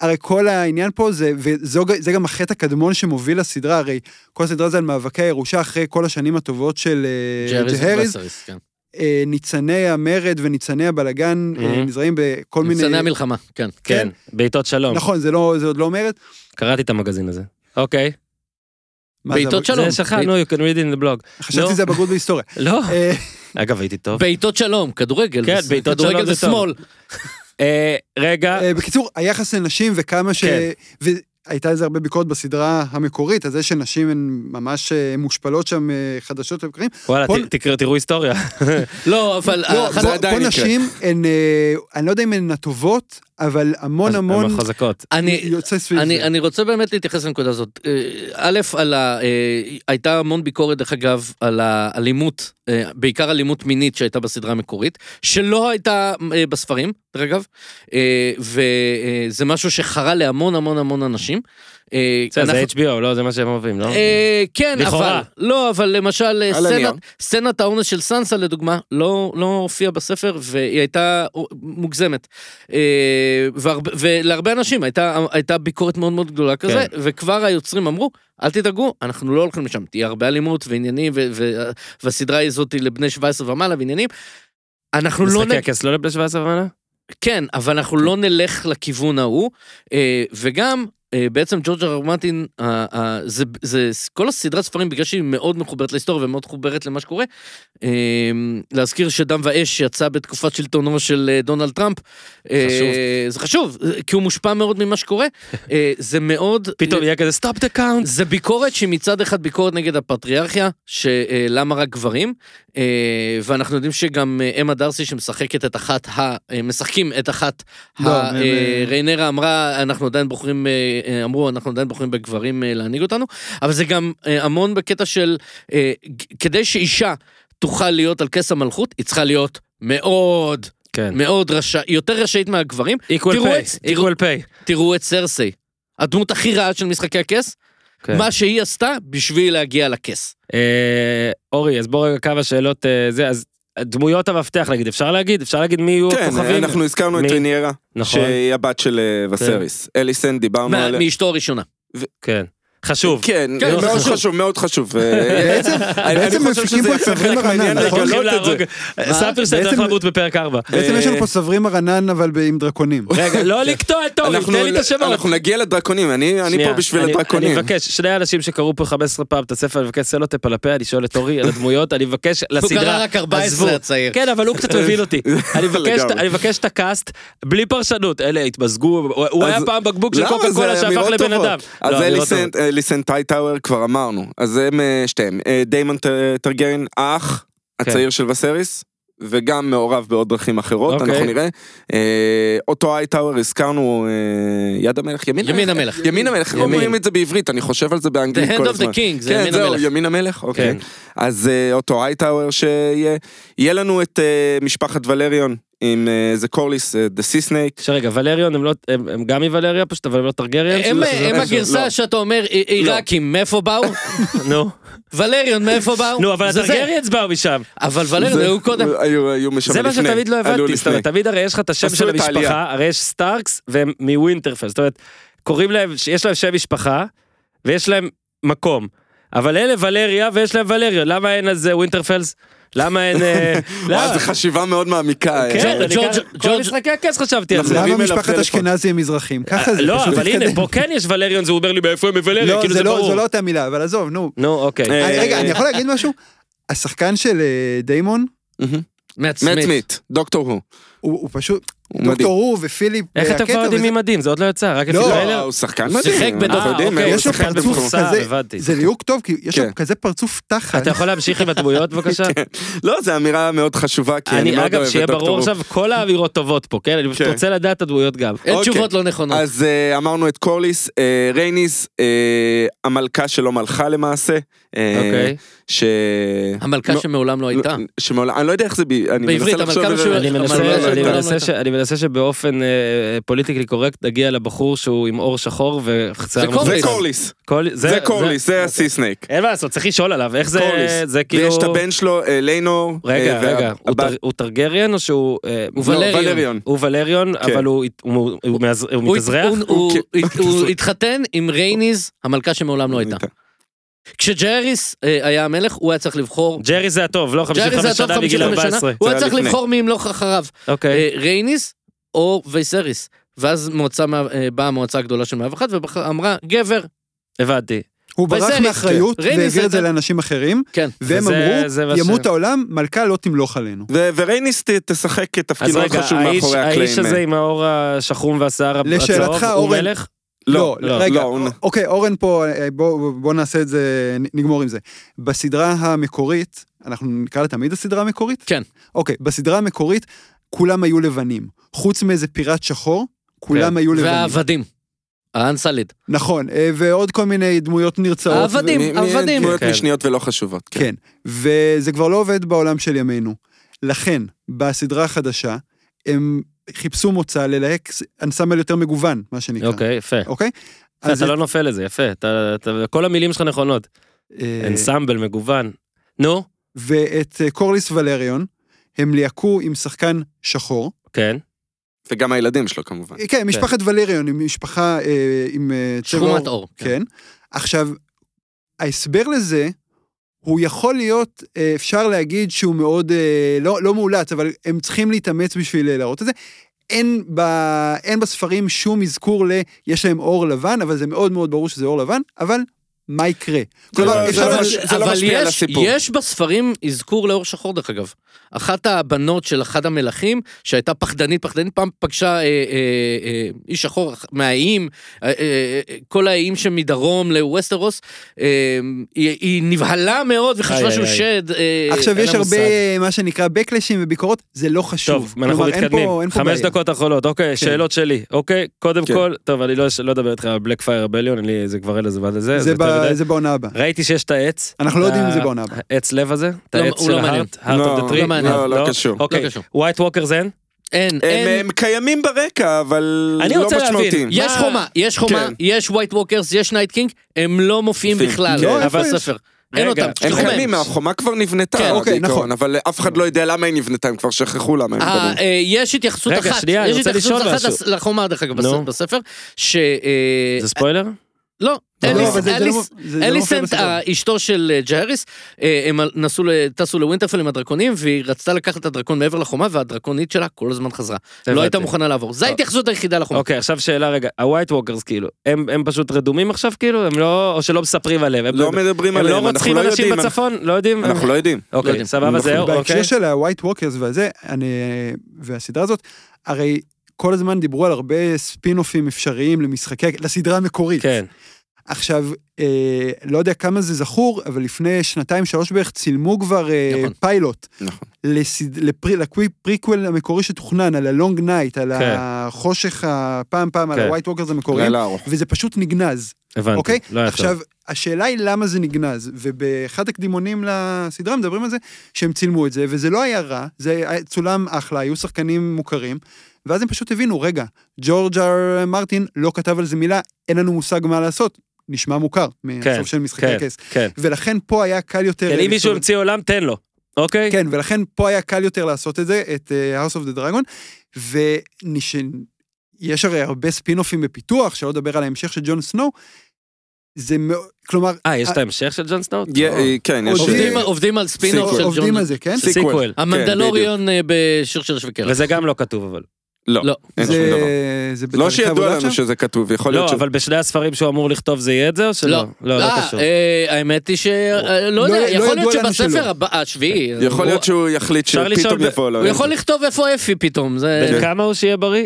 הרי כל העניין פה זה, וזה גם החטא הקדמון שמוביל לסדרה, הרי כל הסדרה זה על מאבקי הירושה אחרי כל השנים הטובות של אה,
ג'ריס
ג'הריס,
וסריס, כן.
אה, ניצני המרד וניצני הבלגן אה,
Mhm.
נזרעים בכל מיני...
ניצני המלחמה, כן.
כן, בעיטות שלום.
נכון, זה לא- זה עוד לא מרד.
קראתי את המגזין הזה. אוקיי.
מה זה,
בעיטות שלום.
זה שלך,
בעיט-
נו, you can read in the blog.
חשבתי
לא.
שזה הבגרות בהיסטוריה.
לא.
אה,
אגב, הייתי טוב.
בעיטות שלום, כדורגל.
כן,
זה-
בעיטות
כדורגל
שלום
זה
זה טוב.
שמאל.
אה, רגע,
אה, בקיצור, היחס לנשים וכמה ש...
כן.
והייתה לזה הרבה ביקורת בסדרה המקורית, על זה שנשים הן ממש אה, מושפלות שם אה, חדשות לבקרים.
וואלה,
כל-
ת- תקראו- תראו היסטוריה.
לא, אבל...
לא,
אחת-
זה
פה-
עדיין
פה
יקרה.
נשים הן, אה, אני לא יודע אם הן הטובות, אבל המון המון
הם חזקות.
אני,
יוצא סביב
אני,
זה.
אני רוצה באמת להתייחס לנקודה הזאת. אה, א', על ה... אה, הייתה המון ביקורת, דרך אגב, על האלימות, אה, בעיקר אלימות מינית שהייתה בסדרה המקורית, שלא הייתה אה, בספרים, דרך אגב, אה, וזה משהו שחרה להמון המון המון אנשים. אה,
בסדר, זה
אנחנו-
HBO, לא? זה מה שהם אוהבים, לא?
אה, כן,
לכאורה.
אבל, לא, אבל למשל, אה,
על
סצנת-
הנייר.
סצנת האונס של סנסה לדוגמה, לא לא הופיעה בספר, והיא הייתה מוגזמת. אה, והרבה- ולהרבה אנשים הייתה הייתה ביקורת מאוד מאוד גדולה כזה,
כן.
וכבר היוצרים אמרו, אל תדאגו, אנחנו לא הולכים לשם, תהיה הרבה אלימות ועניינים, ו- ו- והסדרה הזאת היא לבני 17 ומעלה ועניינים. אנחנו לא
משחקי
נ...
הכס לא לבני 17 ומעלה?
כן, אבל אנחנו לא נלך לכיוון ההוא, אה, וגם... אה, בעצם ג'ורג' אר מרטין, אה, אה, זה, זה כל הסדרת ספרים, בגלל שהיא מאוד מחוברת להיסטוריה ומאוד מחוברת למה שקורה, אה, להזכיר שדם ואש יצא בתקופת שלטונו של אה, דונלד טראמפ. אה,
חשוב.
זה חשוב, אה, כי הוא מושפע מאוד ממה שקורה. אה, זה מאוד... אה,
פתאום יהיה כזה סטופ דה קאונט.
זה ביקורת שהיא מצד אחד ביקורת נגד הפטריארכיה, שלמה רק גברים, אה, ואנחנו יודעים שגם אה, אמה דרסי שמשחקת את אחת, ה, אה, משחקים את אחת,
לא,
ה-
הם,
אה,
אה,
ריינרה אמרה, אנחנו עדיין בוחרים, אה, אה, אמרו, אנחנו עדיין בוחרים בגברים אה, להנהיג אותנו, אבל זה גם אה, המון בקטע של, אה, ג- כדי שאישה תוכל להיות על כס המלכות, היא צריכה להיות מאוד...
כן.
מאוד רשע, יותר רשאית מהגברים.
equal
תראו את-
pay,
תראו-
equal pay.
תראו את סרסי, הדמות הכי רעה של משחקי הכס,
כן.
מה שהיא עשתה בשביל להגיע לכס.
אה, אורי, אז בוא רגע כמה שאלות אה, זה, אז דמויות המפתח נגיד, אפשר להגיד? אפשר להגיד מי יהיו
כן,
הכוכבים?
אנחנו הזכרנו את
מי?
רניירה,
נכון,
שהיא הבת של אה, וסריס. אליסן, דיברנו
מה-
עליה.
מאשתו הראשונה.
כן. חשוב.
כן,
כן,
מאוד
זה חשוב.
חשוב, אה, מאוד חצוף. בעצם,
בעצם מפיקים פה את סברי מרנן, נכון?
הולכים
לגלות את זה.
להרוג. ספיר שאתה הולך
בעצם-
למות בפרק 4.
בעצם יש
אה,
לנו פה סברי מרנן, אבל ב- עם דרקונים.
רגע, לא לקטוע את אורי,
אנחנו- לא-
תן לי את השמות.
אנחנו נגיע לדרקונים, אני אני פה
שנייה,
בשביל
אני-
הדרקונים.
אני מבקש, שני אנשים שקראו פה 15 פעם את הספר, אני מבקש סלוטפ על הפה, אני שואל את אורי על הדמויות, אני מבקש
הוא
לסדרה.
קרא רק 14
עזבו.
הצעיר.
כן, אבל הוא קצת מבין אותי. אני מבקש-
לגמרי.
אני מבקש את הקאסט, בלי פרשנות. אלה התמזגו, הוא- הוא
אז-
היה פעם בקבוק של
למה?
קוקה
זה
קולה שהפך
אמירות
לבן
טובות.
אדם. לא,
אז
אמירות טובות.
אליסן- אליסן טייטאוור כבר אמרנו, אז הם אה, שתיהם. אה, דיימון ט- טרגרין, האח
כן.
הצעיר של וסריס. וגם מעורב בעוד דרכים אחרות,
אוקיי.
אנחנו נראה. אה, אותו הייטאוור הזכרנו, אה, יד המלך, ימין
ימין המלך.
ימין המלך, איך
ימין.
אומרים את זה בעברית? אני חושב על זה באנגלית
The hand
כל
of
הזמן.
the king, זה
כן,
ימין
זהו,
המלך.
ימין המלך, אוקיי.
כן.
אז אה, אותו הייטאוור שיהיה. יהיה לנו את אה, משפחת ולריון עם אה, זה קורליס, אה, The Sea Snake.
שרגע, ולריון הם לא, הם הם גם מוולריה פשוט, אבל הם לא טרגריאן?
הם הם הגרסה
לא.
שאתה אומר, "עי- עיראקים, מאיפה באו?
נו,
ולריון, מאיפה באו?
נו, אבל
זה זה.
הטרגריאנס באו משם.
אבל ולריון
זה- לא.
היו קודם.
היו היו משם
זה
לפני.
מה שתמיד לא
עלו
הבנתי, זאת אומרת,
לפני.
תמיד הרי יש לך את השם
עשו
של
את העלייה.
המשפחה, הרי יש סטארקס והם מווינטרפל, זאת אומרת, קוראים להם, יש להם שם משפחה, ויש להם מקום. אבל אלה ולריה ויש להם ולריה, למה אין אז אה, ווינטרפלס? למה אין... אה,
וואי,
למה?
זו חשיבה מאוד מעמיקה. אה.
כן,
ג'ורג'-
אני כאן-
ג'ורג'-
כל משחקי הכס חשבתי על זה.
נכון.
למה
אליו
משפחת
טלפון.
אשכנזי הם מזרחים? ככה לא, זה
לא,
פשוט
אבל הנה,
מתקדם.
פה כן יש ולריון, זה אומר לי מאיפה הם מוולריה,
לא,
כאילו
זה
זה
לא- זה
ברור.
לא אותה מילה, אבל עזוב, נו.
נו, אוקיי.
אה,
רגע, אני יכול להגיד משהו? השחקן של אה, דיימון,
מאט
מעצמית.
סמית, דוקטור הוא.
הוא הוא פשוט,
הוא מדהים.
דוקטור הוא ופיליפ,
איך אתם
והקטע
כבר יודעים
וזה-
מי מדהים? זה עוד לא יצא, רק לפי
לא.
לא,
טריילר?
הוא שחקן
הוא
מדהים.
שיחק
אנחנו
בתוכנית.
יודעים,
אה,
הוא
יש לו
שחקן
פרצוף
בתוכנית.
אה,
כזה,
הבנתי.
זה ליהוק טוב, כי יש לו
כן.
כזה פרצוף תחת.
אתה יכול להמשיך עם הדמויות בבקשה?
לא, זו אמירה מאוד חשובה, כי אני
אה, אני
מאוד
אגב,
אוהב
שיהיה
את דוקטור
ברור
הוא.
עכשיו, כל האווירות טובות פה, כן? אני פשוט
כן.
רוצה לדעת את הדמויות גם.
אין
אוקיי.
תשובות לא נכונות.
אז אה, אמרנו את קורליס, אה, רייניס, אה, המלכה שלא מלכה למעשה. אה,
אוקיי.
ש...
המלכה
לא-
שמעולם לא הייתה.
שמעולם, אני לא יודע איך זה, ב- אני
בעברית,
מנסה לחשוב...
המלכה
על-
משול-
אני
אבל
מנסה-
לא,
המלכה-
לא,
אני
לא,
מנסה
לא.
ש- אני מנסה שבאופן אה, פוליטיקלי קורקט נגיע לבחור שהוא עם עור שחור
זה
וחצר
קורליס.
לא. זה קורליס,
קול-
זה קורליס, זה הסי סנייק.
אין מה לעשות, צריך לשאול עליו, איך זה...
קורליס.
זה כאילו...
ויש את הבן שלו, אה, ליינור.
רגע,
אה, וה-
רגע, הוא
הבת-
טר- הוא טרגריאן או שהוא... אה,
הוא
לא,
ולריון.
ולריון.
הוא ולריון,
כן.
אבל הוא הת- הוא- הוא מאז- הוא
הוא-
מתאזרח?
הוא- הוא- הוא התחתן עם רייניז, המלכה שמעולם לא הייתה.
כן.
כשג'ריס אה, היה המלך, הוא היה צריך לבחור...
ג'רי זה הטוב, לא
ג'ריס
55
היה טוב
שנה בגיל
55
14.
שנה, הוא
זה
היה
היה
צריך
לפני.
לבחור מי ימלוך אחריו.
אוקיי.
אה, רייניס או וייסריס. ואז מועצה מה- אה, באה המועצה הגדולה של 101 ואמרה, גבר.
אה, הבנתי.
הוא ברח
וזה-
כן.
מאחריות
רייניס
והעביר את זה
הייתה-
לאנשים אחרים,
כן.
והם
וזה- זה מה
אמרו,
ש-
ימות העולם, מלכה לא תמלוך עלינו.
ו- ורייניס ת- תשחק תפקיד
אז
מאוד
רגע,
לא חשוב
האיש-
מאחורי הקלעים. אה.
האיש הזה עם האור השחום והשיער הצהוב,
לשאלתך,
הוא
אורן.
מלך?
לא,
לא,
לא,
רגע,
לא, הוא-
אוקיי, אורן פה, אה, בוא, בוא נעשה את זה, נ- נגמור עם זה. בסדרה המקורית, אנחנו נקרא לה תמיד הסדרה המקורית?
כן.
אוקיי, בסדרה המקורית, כולם היו לבנים. חוץ מאיזה פיראט שחור, כולם
כן.
היו לבנים.
והעבדים. האנסליד.
נכון, אה, ועוד כל מיני דמויות נרצעות.
העבדים.
מ- מ-
עבדים.
דמויות
כן.
משניות ולא חשובות. כן.
כן, וזה כבר לא עובד בעולם של ימינו. לכן, בסדרה החדשה, הם חיפשו מוצא ללהק אנסמבל יותר מגוון, מה שנקרא.
אוקיי, יפה.
אוקיי?
יפה,
אז
אתה לא נופל לזה, יפה. אתה- אתה- כל המילים שלך נכונות.
אה,
אנסמבל, מגוון. נו,
ואת אה, קורליס ולריון, הם ליהקו עם שחקן שחור.
כן.
וגם הילדים שלו כמובן.
אה, כן, משפחת ולריון, עם משפחה אה, עם אה, צבע
שחומת אור.
כן. עכשיו, ההסבר לזה, הוא יכול להיות, אה, אפשר להגיד שהוא מאוד, אה, לא, לא מאולץ, אבל הם צריכים להתאמץ בשביל אה, להראות את זה. אין, ב, אין בספרים שום אזכור ל, יש להם אור לבן, אבל זה מאוד מאוד ברור שזה אור לבן, אבל מה יקרה? כלומר,
לא,
אפשר...
זה
לה-
לא- זה לא
אבל
משפיע על
יש,
הסיפור.
יש בספרים אזכור לאור שחור דרך אגב. אחת הבנות של אחד המלכים שהייתה פחדנית פחדנית פעם פגשה אה, אה, אה, איש שחור מהאיים, אה, אה, אה, כל האיים שמדרום לווסטרוס, אה, היא, היא נבהלה מאוד וחשבה
איי,
שהוא
איי.
שד. אה,
עכשיו
אין
יש
לה
הרבה,
מושג.
אה, מה שנקרא, בקלשים וביקורות, זה לא חשוב.
טוב, אנחנו
כלומר, אין
מתקדמים.
פה- אין פה
חמש
בעיה.
דקות אחרונות, אוקיי, שאלות שלי. אוקיי, קודם
כן.
כל, טוב, אני לא לא אדבר איתך על בלק פייר רבליון, זה כבר אין לזה ועד לזה.
זה
זה
ב-
יותר מדי.
זה בעונה הבאה.
ראיתי שיש את העץ. אה,
אנחנו לא יודעים אם זה
ה-
בעונה הבאה.
העץ לב הזה? את
לא-
העץ
הוא
של
לא מעניין.
ההארט? הארט
לא,
אוף דה טרי?
לא מעניין.
לא, לא קשור.
אוקיי,
לא קשור.
ווייט ווקרס אין?
אין,
הם,
אין.
הם קיימים ברקע, אבל
אני
לא
רוצה להבין.
משמעותיים.
יש
מה-
חומה, יש חומה,
כן.
יש ווייט ווקרס, יש נייט קינג, הם לא מופיעים
מופיעים.
בכלל
לא, איפה יש?
בספר. אין
רגע,
אותם,
הם
פשוט
הם
חומה.
קיימים, החומה כבר נבנתה
כן,
אוקיי,
בעיקרון,
נכון.
אבל אף אחד לא יודע למה היא נבנתה, הם כבר שכחו למה הם
אה,
מדברים.
אה, יש התייחסות
רגע,
אחת,
שנייה, אני
יש
רוצה
התייחסות
לשאול
אחת
משהו.
לס- לחומה דרך אגב
נו.
בס- בספר, ש... אה,
זה ספוילר?
לא,
אה,
לא,
אליס-
אבל זה- זה לא
אליס-
מופיע- זה- זה לא מופיע
אליסנט,
בספר.
אה, אשתו של אה, ג'הריס, אה, הם על- נסעו, ל- טסו לווינטרפל עם הדרקונים, והיא רצתה לקחת את הדרקון מעבר לחומה, והדרקונית שלה כל הזמן חזרה. לא
הבנתי.
הייתה מוכנה לעבור. זו ההתייחסות היחידה לחומה.
אוקיי, עכשיו שאלה רגע, הווייט ווקרס כאילו, הם הם פשוט רדומים עכשיו כאילו? הם לא, או שלא מספרים עליהם? הם-
לא מדברים
הם
עליהם,
לא
אנחנו
רוצחים
לא
אנשים
יודעים.
בצפון? לא יודעים?
אנחנו לא יודעים.
לא
אוקיי,
יודעים.
סבבה, זהו,
בהקשר
אוקיי.
של ה-white walkers והזה, אני, והסדרה הזאת, הרי כל הזמן דיברו על הרבה ספין-אופים אפשריים למשחקי, לסדרה המקורית.
כן,
עכשיו, אה, לא יודע כמה זה זכור, אבל לפני שנתיים, שלוש בערך, צילמו כבר אה,
נכון.
פיילוט.
נכון.
לסד... לפרי... לפריקוול המקורי שתוכנן, על הלונג נייט, על
כן.
החושך הפעם פעם, על
כן.
ה-white walkers המקורים,
לילה ארוך.
וזה פשוט נגנז.
הבנתי.
אוקיי?
לא היה טוב.
עכשיו, השאלה היא למה זה נגנז, ובאחד הקדימונים לסדרה מדברים על זה שהם צילמו את זה, וזה לא היה רע, זה היה- צולם אחלה, היו שחקנים מוכרים, ואז הם פשוט הבינו, רגע, ג'ורג' אר מרטין לא כתב על זה מילה, אין לנו מושג מה לעשות, נשמע מוכר,
כן,
מהסוף של משחקי
כן,
הכס.
כן.
ולכן פה היה קל יותר...
כן, אם
לכתוב-
מישהו המציא עולם, תן לו, אוקיי?
כן, ולכן פה היה קל יותר לעשות את זה, את אה, House of the Dragon, ונש... יש הרי הרבה ספינופים בפיתוח, שלא לדבר על ההמשך של ג'ון סנואו, זה מאוד, כלומר,
אה, יש את ההמשך של ג'ון סנאוט?
יה- כן, יש...
עובדים
אה,
עובדים- עובדים על ספינוף
סיקוול.
של
עובדים
ג'ון.
על זה, כן?
סיקוול.
סיקוול.
כן, בדיוק.
המנדלוריון אה, בשיר של השוויקר.
וזה גם לא כתוב אבל.
לא,
לא.
אין שום
זה,
דבר.
זה בתהליכי
לא שידוע
עבודה
לנו
עכשיו?
שזה כתוב, יכול
לא,
להיות ש...
אבל בשני הספרים שהוא אמור לכתוב זה יהיה את זה או שלא?
לא,
לא, לא
אה,
קשור.
אה, האמת היא ש... אה, לא
לא-
יודע,
לא
יכול להיות
ידוע לנו שלא.
שבספר הבא- השביעי... אה,
יכול להיות שהוא יחליט
אפשר
שפתאום
לשאול ב-
יבוא לו.
הוא יכול לכתוב איפה אפי פתאום, זה...
אה.
בן כמה הוא שיהיה בריא?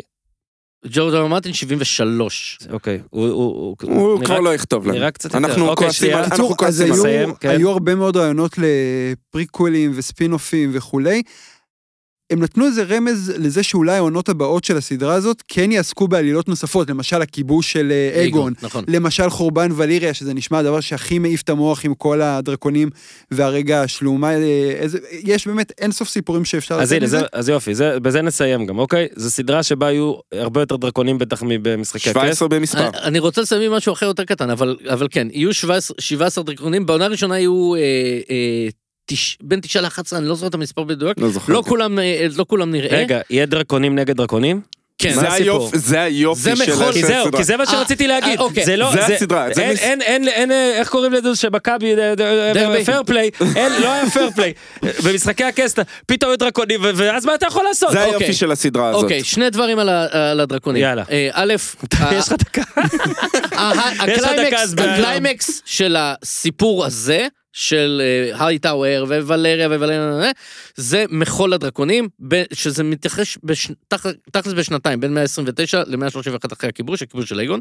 ג'ורג' אר מרטין 73.
אוקיי. הוא- הוא הוא-
הוא
נראה-
כבר לא יכתוב לנו.
נראה קצת יותר.
אנחנו
אוקיי,
כועסים
שנייה.
על- אנחנו
בקיצור, אז
כועסים על
היו,
זה.
נסיים, כן.
היו הרבה מאוד רעיונות לפריקוולים וספינופים וכולי. הם נתנו איזה רמז לזה שאולי העונות הבאות של הסדרה הזאת כן יעסקו בעלילות נוספות, למשל הכיבוש של אה, אגון,
נכון.
למשל חורבן וליריה, שזה נשמע הדבר שהכי מעיף את המוח עם כל הדרקונים והרגע השלומה, אה, איזה, יש באמת אין סוף סיפורים שאפשר
אז הנה,
מזה.
זה- אז יופי, זה- בזה נסיים גם, אוקיי? זו סדרה שבה היו הרבה יותר דרקונים בטח מבמשחקי הכס.
17 במספר.
אני- אני רוצה לסיים עם משהו אחר יותר קטן, אבל אבל כן, יהיו 17 17 דרקונים, בעונה הראשונה יהיו אה, אה, תש- בין 9 ל-11, אני לא זוכר את המספר בדיוק.
לא זוכר.
לא כולם, אה, לא כולם נראה.
רגע, יהיה דרקונים נגד דרקונים?
כן.
מה
זה
הסיפור?
היופי- זה היופי
זה
של
מחול-
כי
של
זהו,
הסדרה.
כי זה מה שרציתי
אה,
להגיד.
אה, אוקיי.
זה לא,
זה הסדרה, זה
אין,
מס-
אין, אין, אין, אה, איך קוראים לזה שמכבי, אה, אה,
דרבי.
פייר פליי, אין, לא היה פייר פליי. במשחקי הקסטה, פתאום היו דרקונים, ו- ואז מה אתה יכול לעשות?
זה
אוקיי.
היופי של הסדרה הזאת.
אוקיי, שני דברים על ה- על הדרקונים.
יאללה.
אה, א',
יש לך דקה.
אה, ה-
יש לך דקה,
הקליימקס
אז בעיה.
הקליימקס של הסיפור הזה, של אה, הייטאוור וולריה וולריה, אה, זה מחול הדרקונים, ב- שזה מתייחס בש- תכ- תכלס בשנתיים, בין 129 ל-131 אחרי הכיבוש, הכיבוש של אייגון.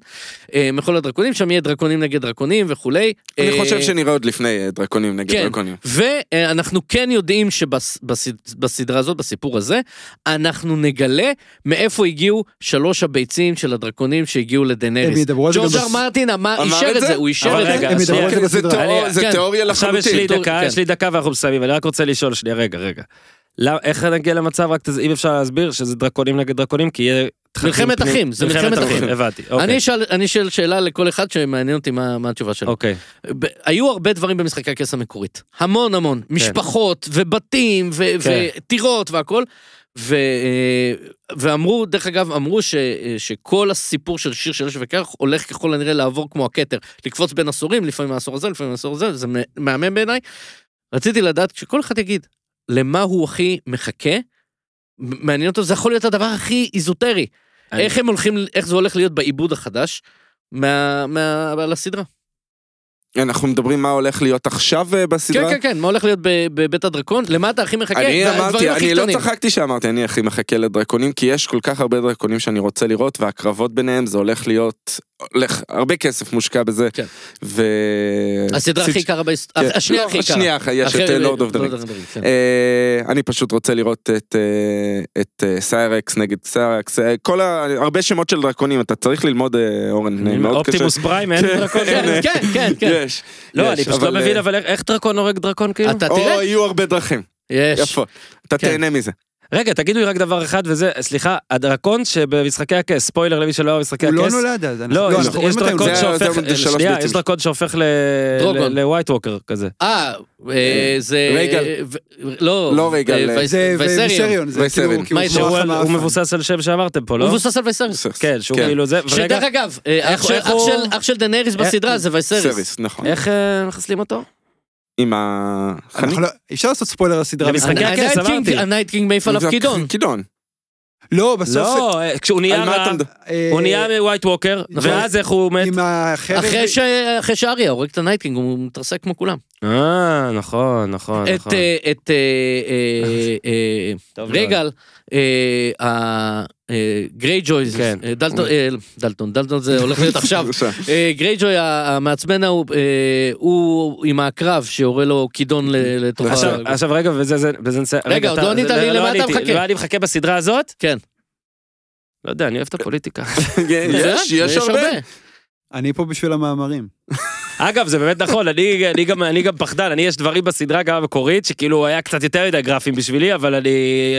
אה, מחול הדרקונים, שם יהיה דרקונים נגד דרקונים וכולי.
אני
אה,
חושב שנראה עוד לפני אה, דרקונים נגד
כן.
דרקונים.
ואנחנו כן יודעים שבסדרה הזאת, בסיפור הזה, אנחנו נגלה מאיפה הגיעו שלוש הביצים של הדרקונים שהגיעו
הם
לדנריס.
ידברו על זה גם
ג'ורג'
בס-
אר מרטין אמר-
אמר
אישר
את
את
זה?
זה, הוא אישר
אבל
את זה.
רגע,
הם ידברו
שנייה.
על זה
כן, זה
בסדרה.
תיאור-
אני-
זה
כן.
תיאוריה
עכשיו יש
לחלוטין.
לי דקה,
כן.
יש לי דקה ואנחנו מסיימים, אני רק רוצה לשאול שנייה, רגע, רגע. למה- איך נגיע למצב, רק תז- אם אפשר להסביר שזה דרקונים נגד דרקונים, כי יהיה... דחקים
מלחמת
פנים-
אחים, זה מלחמת אחים.
הבנתי,
אני
אוקיי.
אשאל- אני אשאל שאלה לכל אחד שמעניין אותי מה מה התשובה שלו.
אוקיי.
ב- היו הרבה דברים במשחקי הכס המקורית. המון המון. משפחות ובתים ו-
כן.
וטירות והכל. ו- אה, ואמרו, דרך אגב, אמרו ש- אה, שכל הסיפור של שיר של אש וכרך הולך ככל הנראה לעבור כמו הכתר, לקפוץ בין עשורים, לפעמים העשור הזה, לפעמים העשור הזה, זה מ- מהמם בעיניי. רציתי לדעת, שכל אחד יגיד, למה הוא הכי מחכה? מ- מעניין אותו, זה יכול להיות הדבר הכי איזוטרי.
אני-
איך הם הולכים, איך זה הולך להיות בעיבוד החדש מה, מה, על הסדרה.
כן, אנחנו מדברים מה הולך להיות עכשיו אה,
כן,
בסדרה.
כן, כן, מה הולך להיות ב- בבית הדרקון? למה אתה הכי מחכה?
אני
והדברים
אמרתי,
הכי
אני לא
קטנים.
צחקתי שאמרתי, אני הכי מחכה לדרקונים, כי יש כל כך הרבה דרקונים שאני רוצה לראות, והקרבות ביניהם זה הולך להיות, הולך, הרבה כסף מושקע בזה.
כן.
ו...
הסדרה הכי יקרה
כן.
בהיסטוריה, אה, השנייה
לא,
הכי יקרה.
השנייה אחרי, יש
אחרי-
את אה, לורד אוף דה
Lord
רינגס.
of the Rings, כן.
אה, אני פשוט רוצה לראות את, אה, את אה, סיירקס נגד סיירקס, אה, כל ה... הרבה שמות של דרקונים, אתה צריך ללמוד אה, אורן, אה, מאוד קשה.
אופטימוס פריים, אין
כן.
דרקונים.
כן, כן, כן, כן.
יש.
לא,
יש,
אני פשוט
אבל,
לא מבין,
אה,
אבל איך- איך דרקון הורג דרקון כאילו?
אה, אתה
או
תראה,
יהיו הרבה דרכים,
יש.
יפה, אתה
כן.
תהנה מזה.
רגע, תגידו לי רק דבר אחד, וזה, סליחה, הדרקון שבמשחקי הכס, ספוילר למי שלא אוהב משחקי
הוא
הכס.
לא נולד אז. אנחנו-
לא, יש-
אנחנו
יש
רואים מתי הוא
דרקון
נולד.
זה-
שהופך,
זה שלוש
שנייה,
ביטים.
יש דרקון שהופך
דרוגון.
לווייט ווקר כזה.
אה, אה, זה...
רייגל.
ו- לא,
לא רייגל,
אה,
אה,
וייס-
זה
וייסריון.
וייסריון, זה
וייסריון.
כאילו, כי
מה,
הוא
שהוא
כמו
שהוא על-
החמאפן.
הוא מבוסס על שם שאמרתם פה,
הוא
לא?
מבוסס על וייסריוס.
כן, שהוא
כן.
כאילו זה, ורגע,
שדרך אגב, אה,
איך
אח אח
שהוא-
של- אח של דנריס בסדרה זה וייסריוס.
אה? סריס, נכון.
איך אה, מחסלים אותו?
עם
אנחנו
החנית.
לא- אפשר לעשות ספוילר על הסדרה.
למשחק- משחקי הכס, אמרתי.
הנייט קינג מעיף עליו כידון.
כידון.
לא, בסוף זה...
לא, אה, כשהוא נהיה
על מה
רע,
אתה מדבר?
אה,
הוא נהיה מווייט ווקר,
נכון.
ואז איך הוא מת?
עם החרב...
אחרי ש- אחרי שאריה הורג את הנייט קינג הוא מתרסק כמו כולם.
אה, נכון, נכון, נכון.
את אה, את אה, אה, אה,
טוב מאוד.
רגל, אה, גריי ג'ויז,
כן.
דלטון, אה, דלטון, דלטון זה הולך להיות עכשיו, גריי ג'וי המעצבן ההוא, אה, הוא עם הקרב שיורה לו כידון ל- לתוך ה...
עכשיו, עכשיו רגע, וזה, זה, וזה נס...
רגע, עוד לא ענית לי, למה אתה מחכה?
לא, אני מחכה בסדרה הזאת?
כן.
לא יודע, אני אוהב את הפוליטיקה.
יש, יש הרבה.
אני פה בשביל המאמרים.
אגב, זה באמת נכון, אני, אני, גם, אני גם פחדן, אני יש דברים בסדרה גם המקורית, שכאילו היה קצת יותר מדי גרפים בשבילי, אבל אני,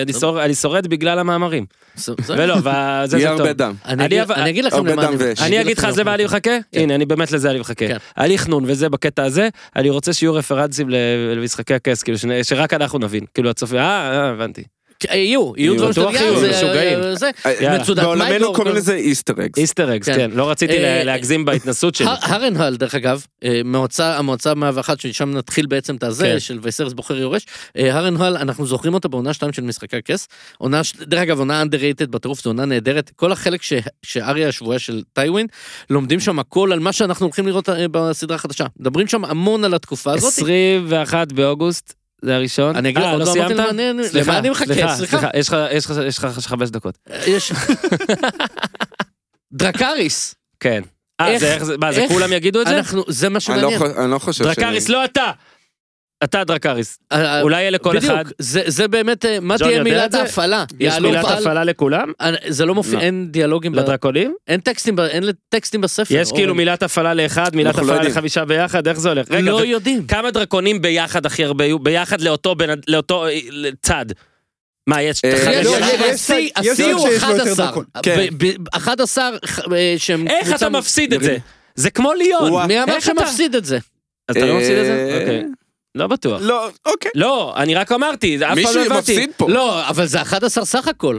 אני, שור, אני שורד בגלל המאמרים.
זה- זה-
ולא, וזה זה
יהיה
טוב.
הרבה דם.
אני
אני
אגיד-
אבל-
אני אגיד לכם
הרבה
למה
דם
אני
ואש.
אני אגיד לך אז למה אני מחכה? הנה, אני באמת לזה אני מחכה.
כן.
הליך נון וזה בקטע הזה, אני רוצה שיהיו רפרנסים ל- למשחקי הכס, כאילו, שנ- שרק אנחנו נבין. כאילו, הצופים, אה, אה, הבנתי.
אה, יהיו, יהיו
יהיו,
דברים
בטוח יהיו,
זה-
משוגעים.
זה-
יאללה.
מצודת
בעולמנו
מיידור,
קוראים
גם-
לזה איסטר אגס.
איסטר אקס,
כן.
כן, לא רציתי
אה,
לה- להגזים בהתנסות שלי.
הר- הרנהל דרך אגב, אה, מועצה, המועצה 101 ששם נתחיל בעצם את הזה
כן.
של וסרס בוחר יורש, אה, הרנהל אנחנו זוכרים אותה בעונה 2 של משחקי הכס, עונה, ש- דרך אגב עונה underrated בטירוף זו עונה נהדרת, כל החלק ש- שאריה השבויה של טיווין, לומדים שם הכל על מה שאנחנו הולכים לראות אה, בסדרה החדשה, מדברים שם המון על התקופה הזאת,
21 באוגוסט, זה הראשון.
אני אגיד,
אה,
עוד
לא
לא אמרתי
סיימת?
למה אני-
סליחה,
למה אני מחכה,
סליחה,
סליחה.
סליחה, יש לך- יש לך- יש לך חמש דקות.
אה, יש... דרקריס,
כן. אה,
איך-
זה איך זה, מה, זה
איך
כולם יגידו את זה?
אנחנו, זה מה
אני לא
שמעניין,
חו- אני לא חושב
דרקריס, לא אתה! אתה דרקריס.
אה, אה,
אולי אלה כל
בדיוק,
אחד.
זה זה באמת, אה, מה
ג'ון
תהיה
יודע את
מילת
זה?
ההפעלה,
יש
יהלום
מילת
פעל-
הפעלה לכולם?
אה, זה לא לא. מופיע,
לא.
אין דיאלוגים, ב-
לדרקונים?
אין טקסטים, ב- אין טקסטים בספר.
יש
או-
כאילו מילת הפעלה לאחד, מילת
אנחנו לא
הפעלה
יודעים.
לחמישה ביחד, איך זה הולך? רגע,
לא
ו-
יודעים.
כמה דרקונים ביחד הכי הרבה היו? ביחד לאותו בן- לאותו אה, צד. מה, יש...
אה,
אחד-
יש-
לא,
יש-
השיא-
יש צד- יש
השיא
צד
הוא
שיש לו יותר
11.
דרכון.
כן.
ב- ב- 11 אה, שהם...
איך
קבוצה-
אתה מפסיד את זה? זה כמו ליאון.
וואו.
מי אמר
איך אתה-
שמפסיד את זה?
אז אתה לא מפסיד את זה?
אה,
אוקיי. לא בטוח.
לא, אוקיי.
לא, אני רק אמרתי, זה אף פעם לא
מישהו
הבנתי.
מפסיד פה.
לא, אבל זה 11 סך הכל.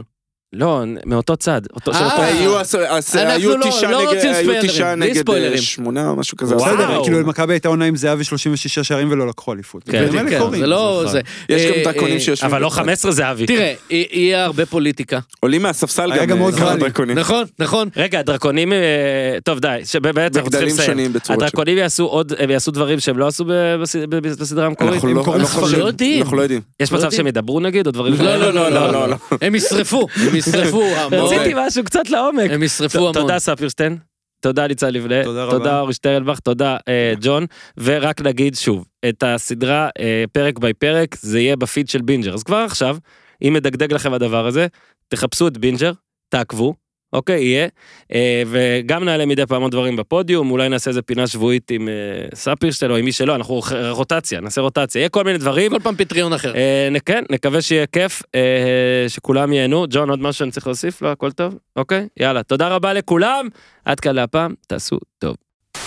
לא, מאותו צד. אותו- של
אה,
אותו-
אה,
היו עשר- אז
אנחנו
היו
לא-
תשעה
לא
נגד-
רוצים
היו
ספוילרים,
תשעה
בלי
נגד
ספוילרים.
אה, שמונה או משהו כזה.
וואו.
בסדר, כאילו מכבי הייתה עונה עם זהב ו-36 שערים ולא לקחו אליפות.
כן,
הדברים האלה
כן,
קורים.
זה לא...
נכון.
זה.
יש
אה,
גם דרקונים
אה,
שיושבים.
אבל לא
בצד.
15 זה אבי.
תראה, אה, יהיה הרבה פוליטיקה.
עולים מהספסל
היה גם
אה,
עוד
כמה
ואלי.
דרקונים.
נכון, נכון.
רגע, הדרקונים, אה, טוב די, שבאמת אנחנו צריכים
בגדלים
לסיים.
שונים בצורות
הדרקונים יעשו עוד, הם יעשו דברים שהם לא עשו ב- בס- ב- ב- בסדרה המקורית?
אנחנו לא-
קוראים
לא
לך,
חושבים-
לא יודעים.
אנחנו לא יודעים.
יש מצב שהם ידברו נגיד, או דברים?
לא, לא, לא,
לא, לא, לא.
הם ישרפו, הם ישרפו המון.
רציתי משהו קצת לעומק.
הם
ת-
ישרפו המון.
תודה ספירשטיין, תודה ניצן לבנה,
תודה רבה.
תודה אורי שטרנבך, תודה אה, ג'ון, ורק נגיד שוב, את הסדרה אה, פרק ביי פרק, זה יהיה בפיד של בינג'ר. אז כבר עכשיו, אם מדגדג לכם הדבר הזה, תחפשו את בינג'ר, תעקבו. אוקיי, יהיה, אה, וגם נעלה מדי פעם עוד דברים בפודיום, אולי נעשה איזה פינה שבועית עם אה, ספירשטיין או עם מי שלא, אנחנו ח- רוטציה, נעשה רוטציה, יהיה כל מיני דברים.
כל פעם פטריון אחר.
אה, נ- כן, נקווה שיהיה כיף, אה, שכולם ייהנו. ג'ון, עוד משהו שאני צריך להוסיף? לא, הכל טוב? אוקיי, יאללה. תודה רבה לכולם, עד כאן להפעם, תעשו טוב.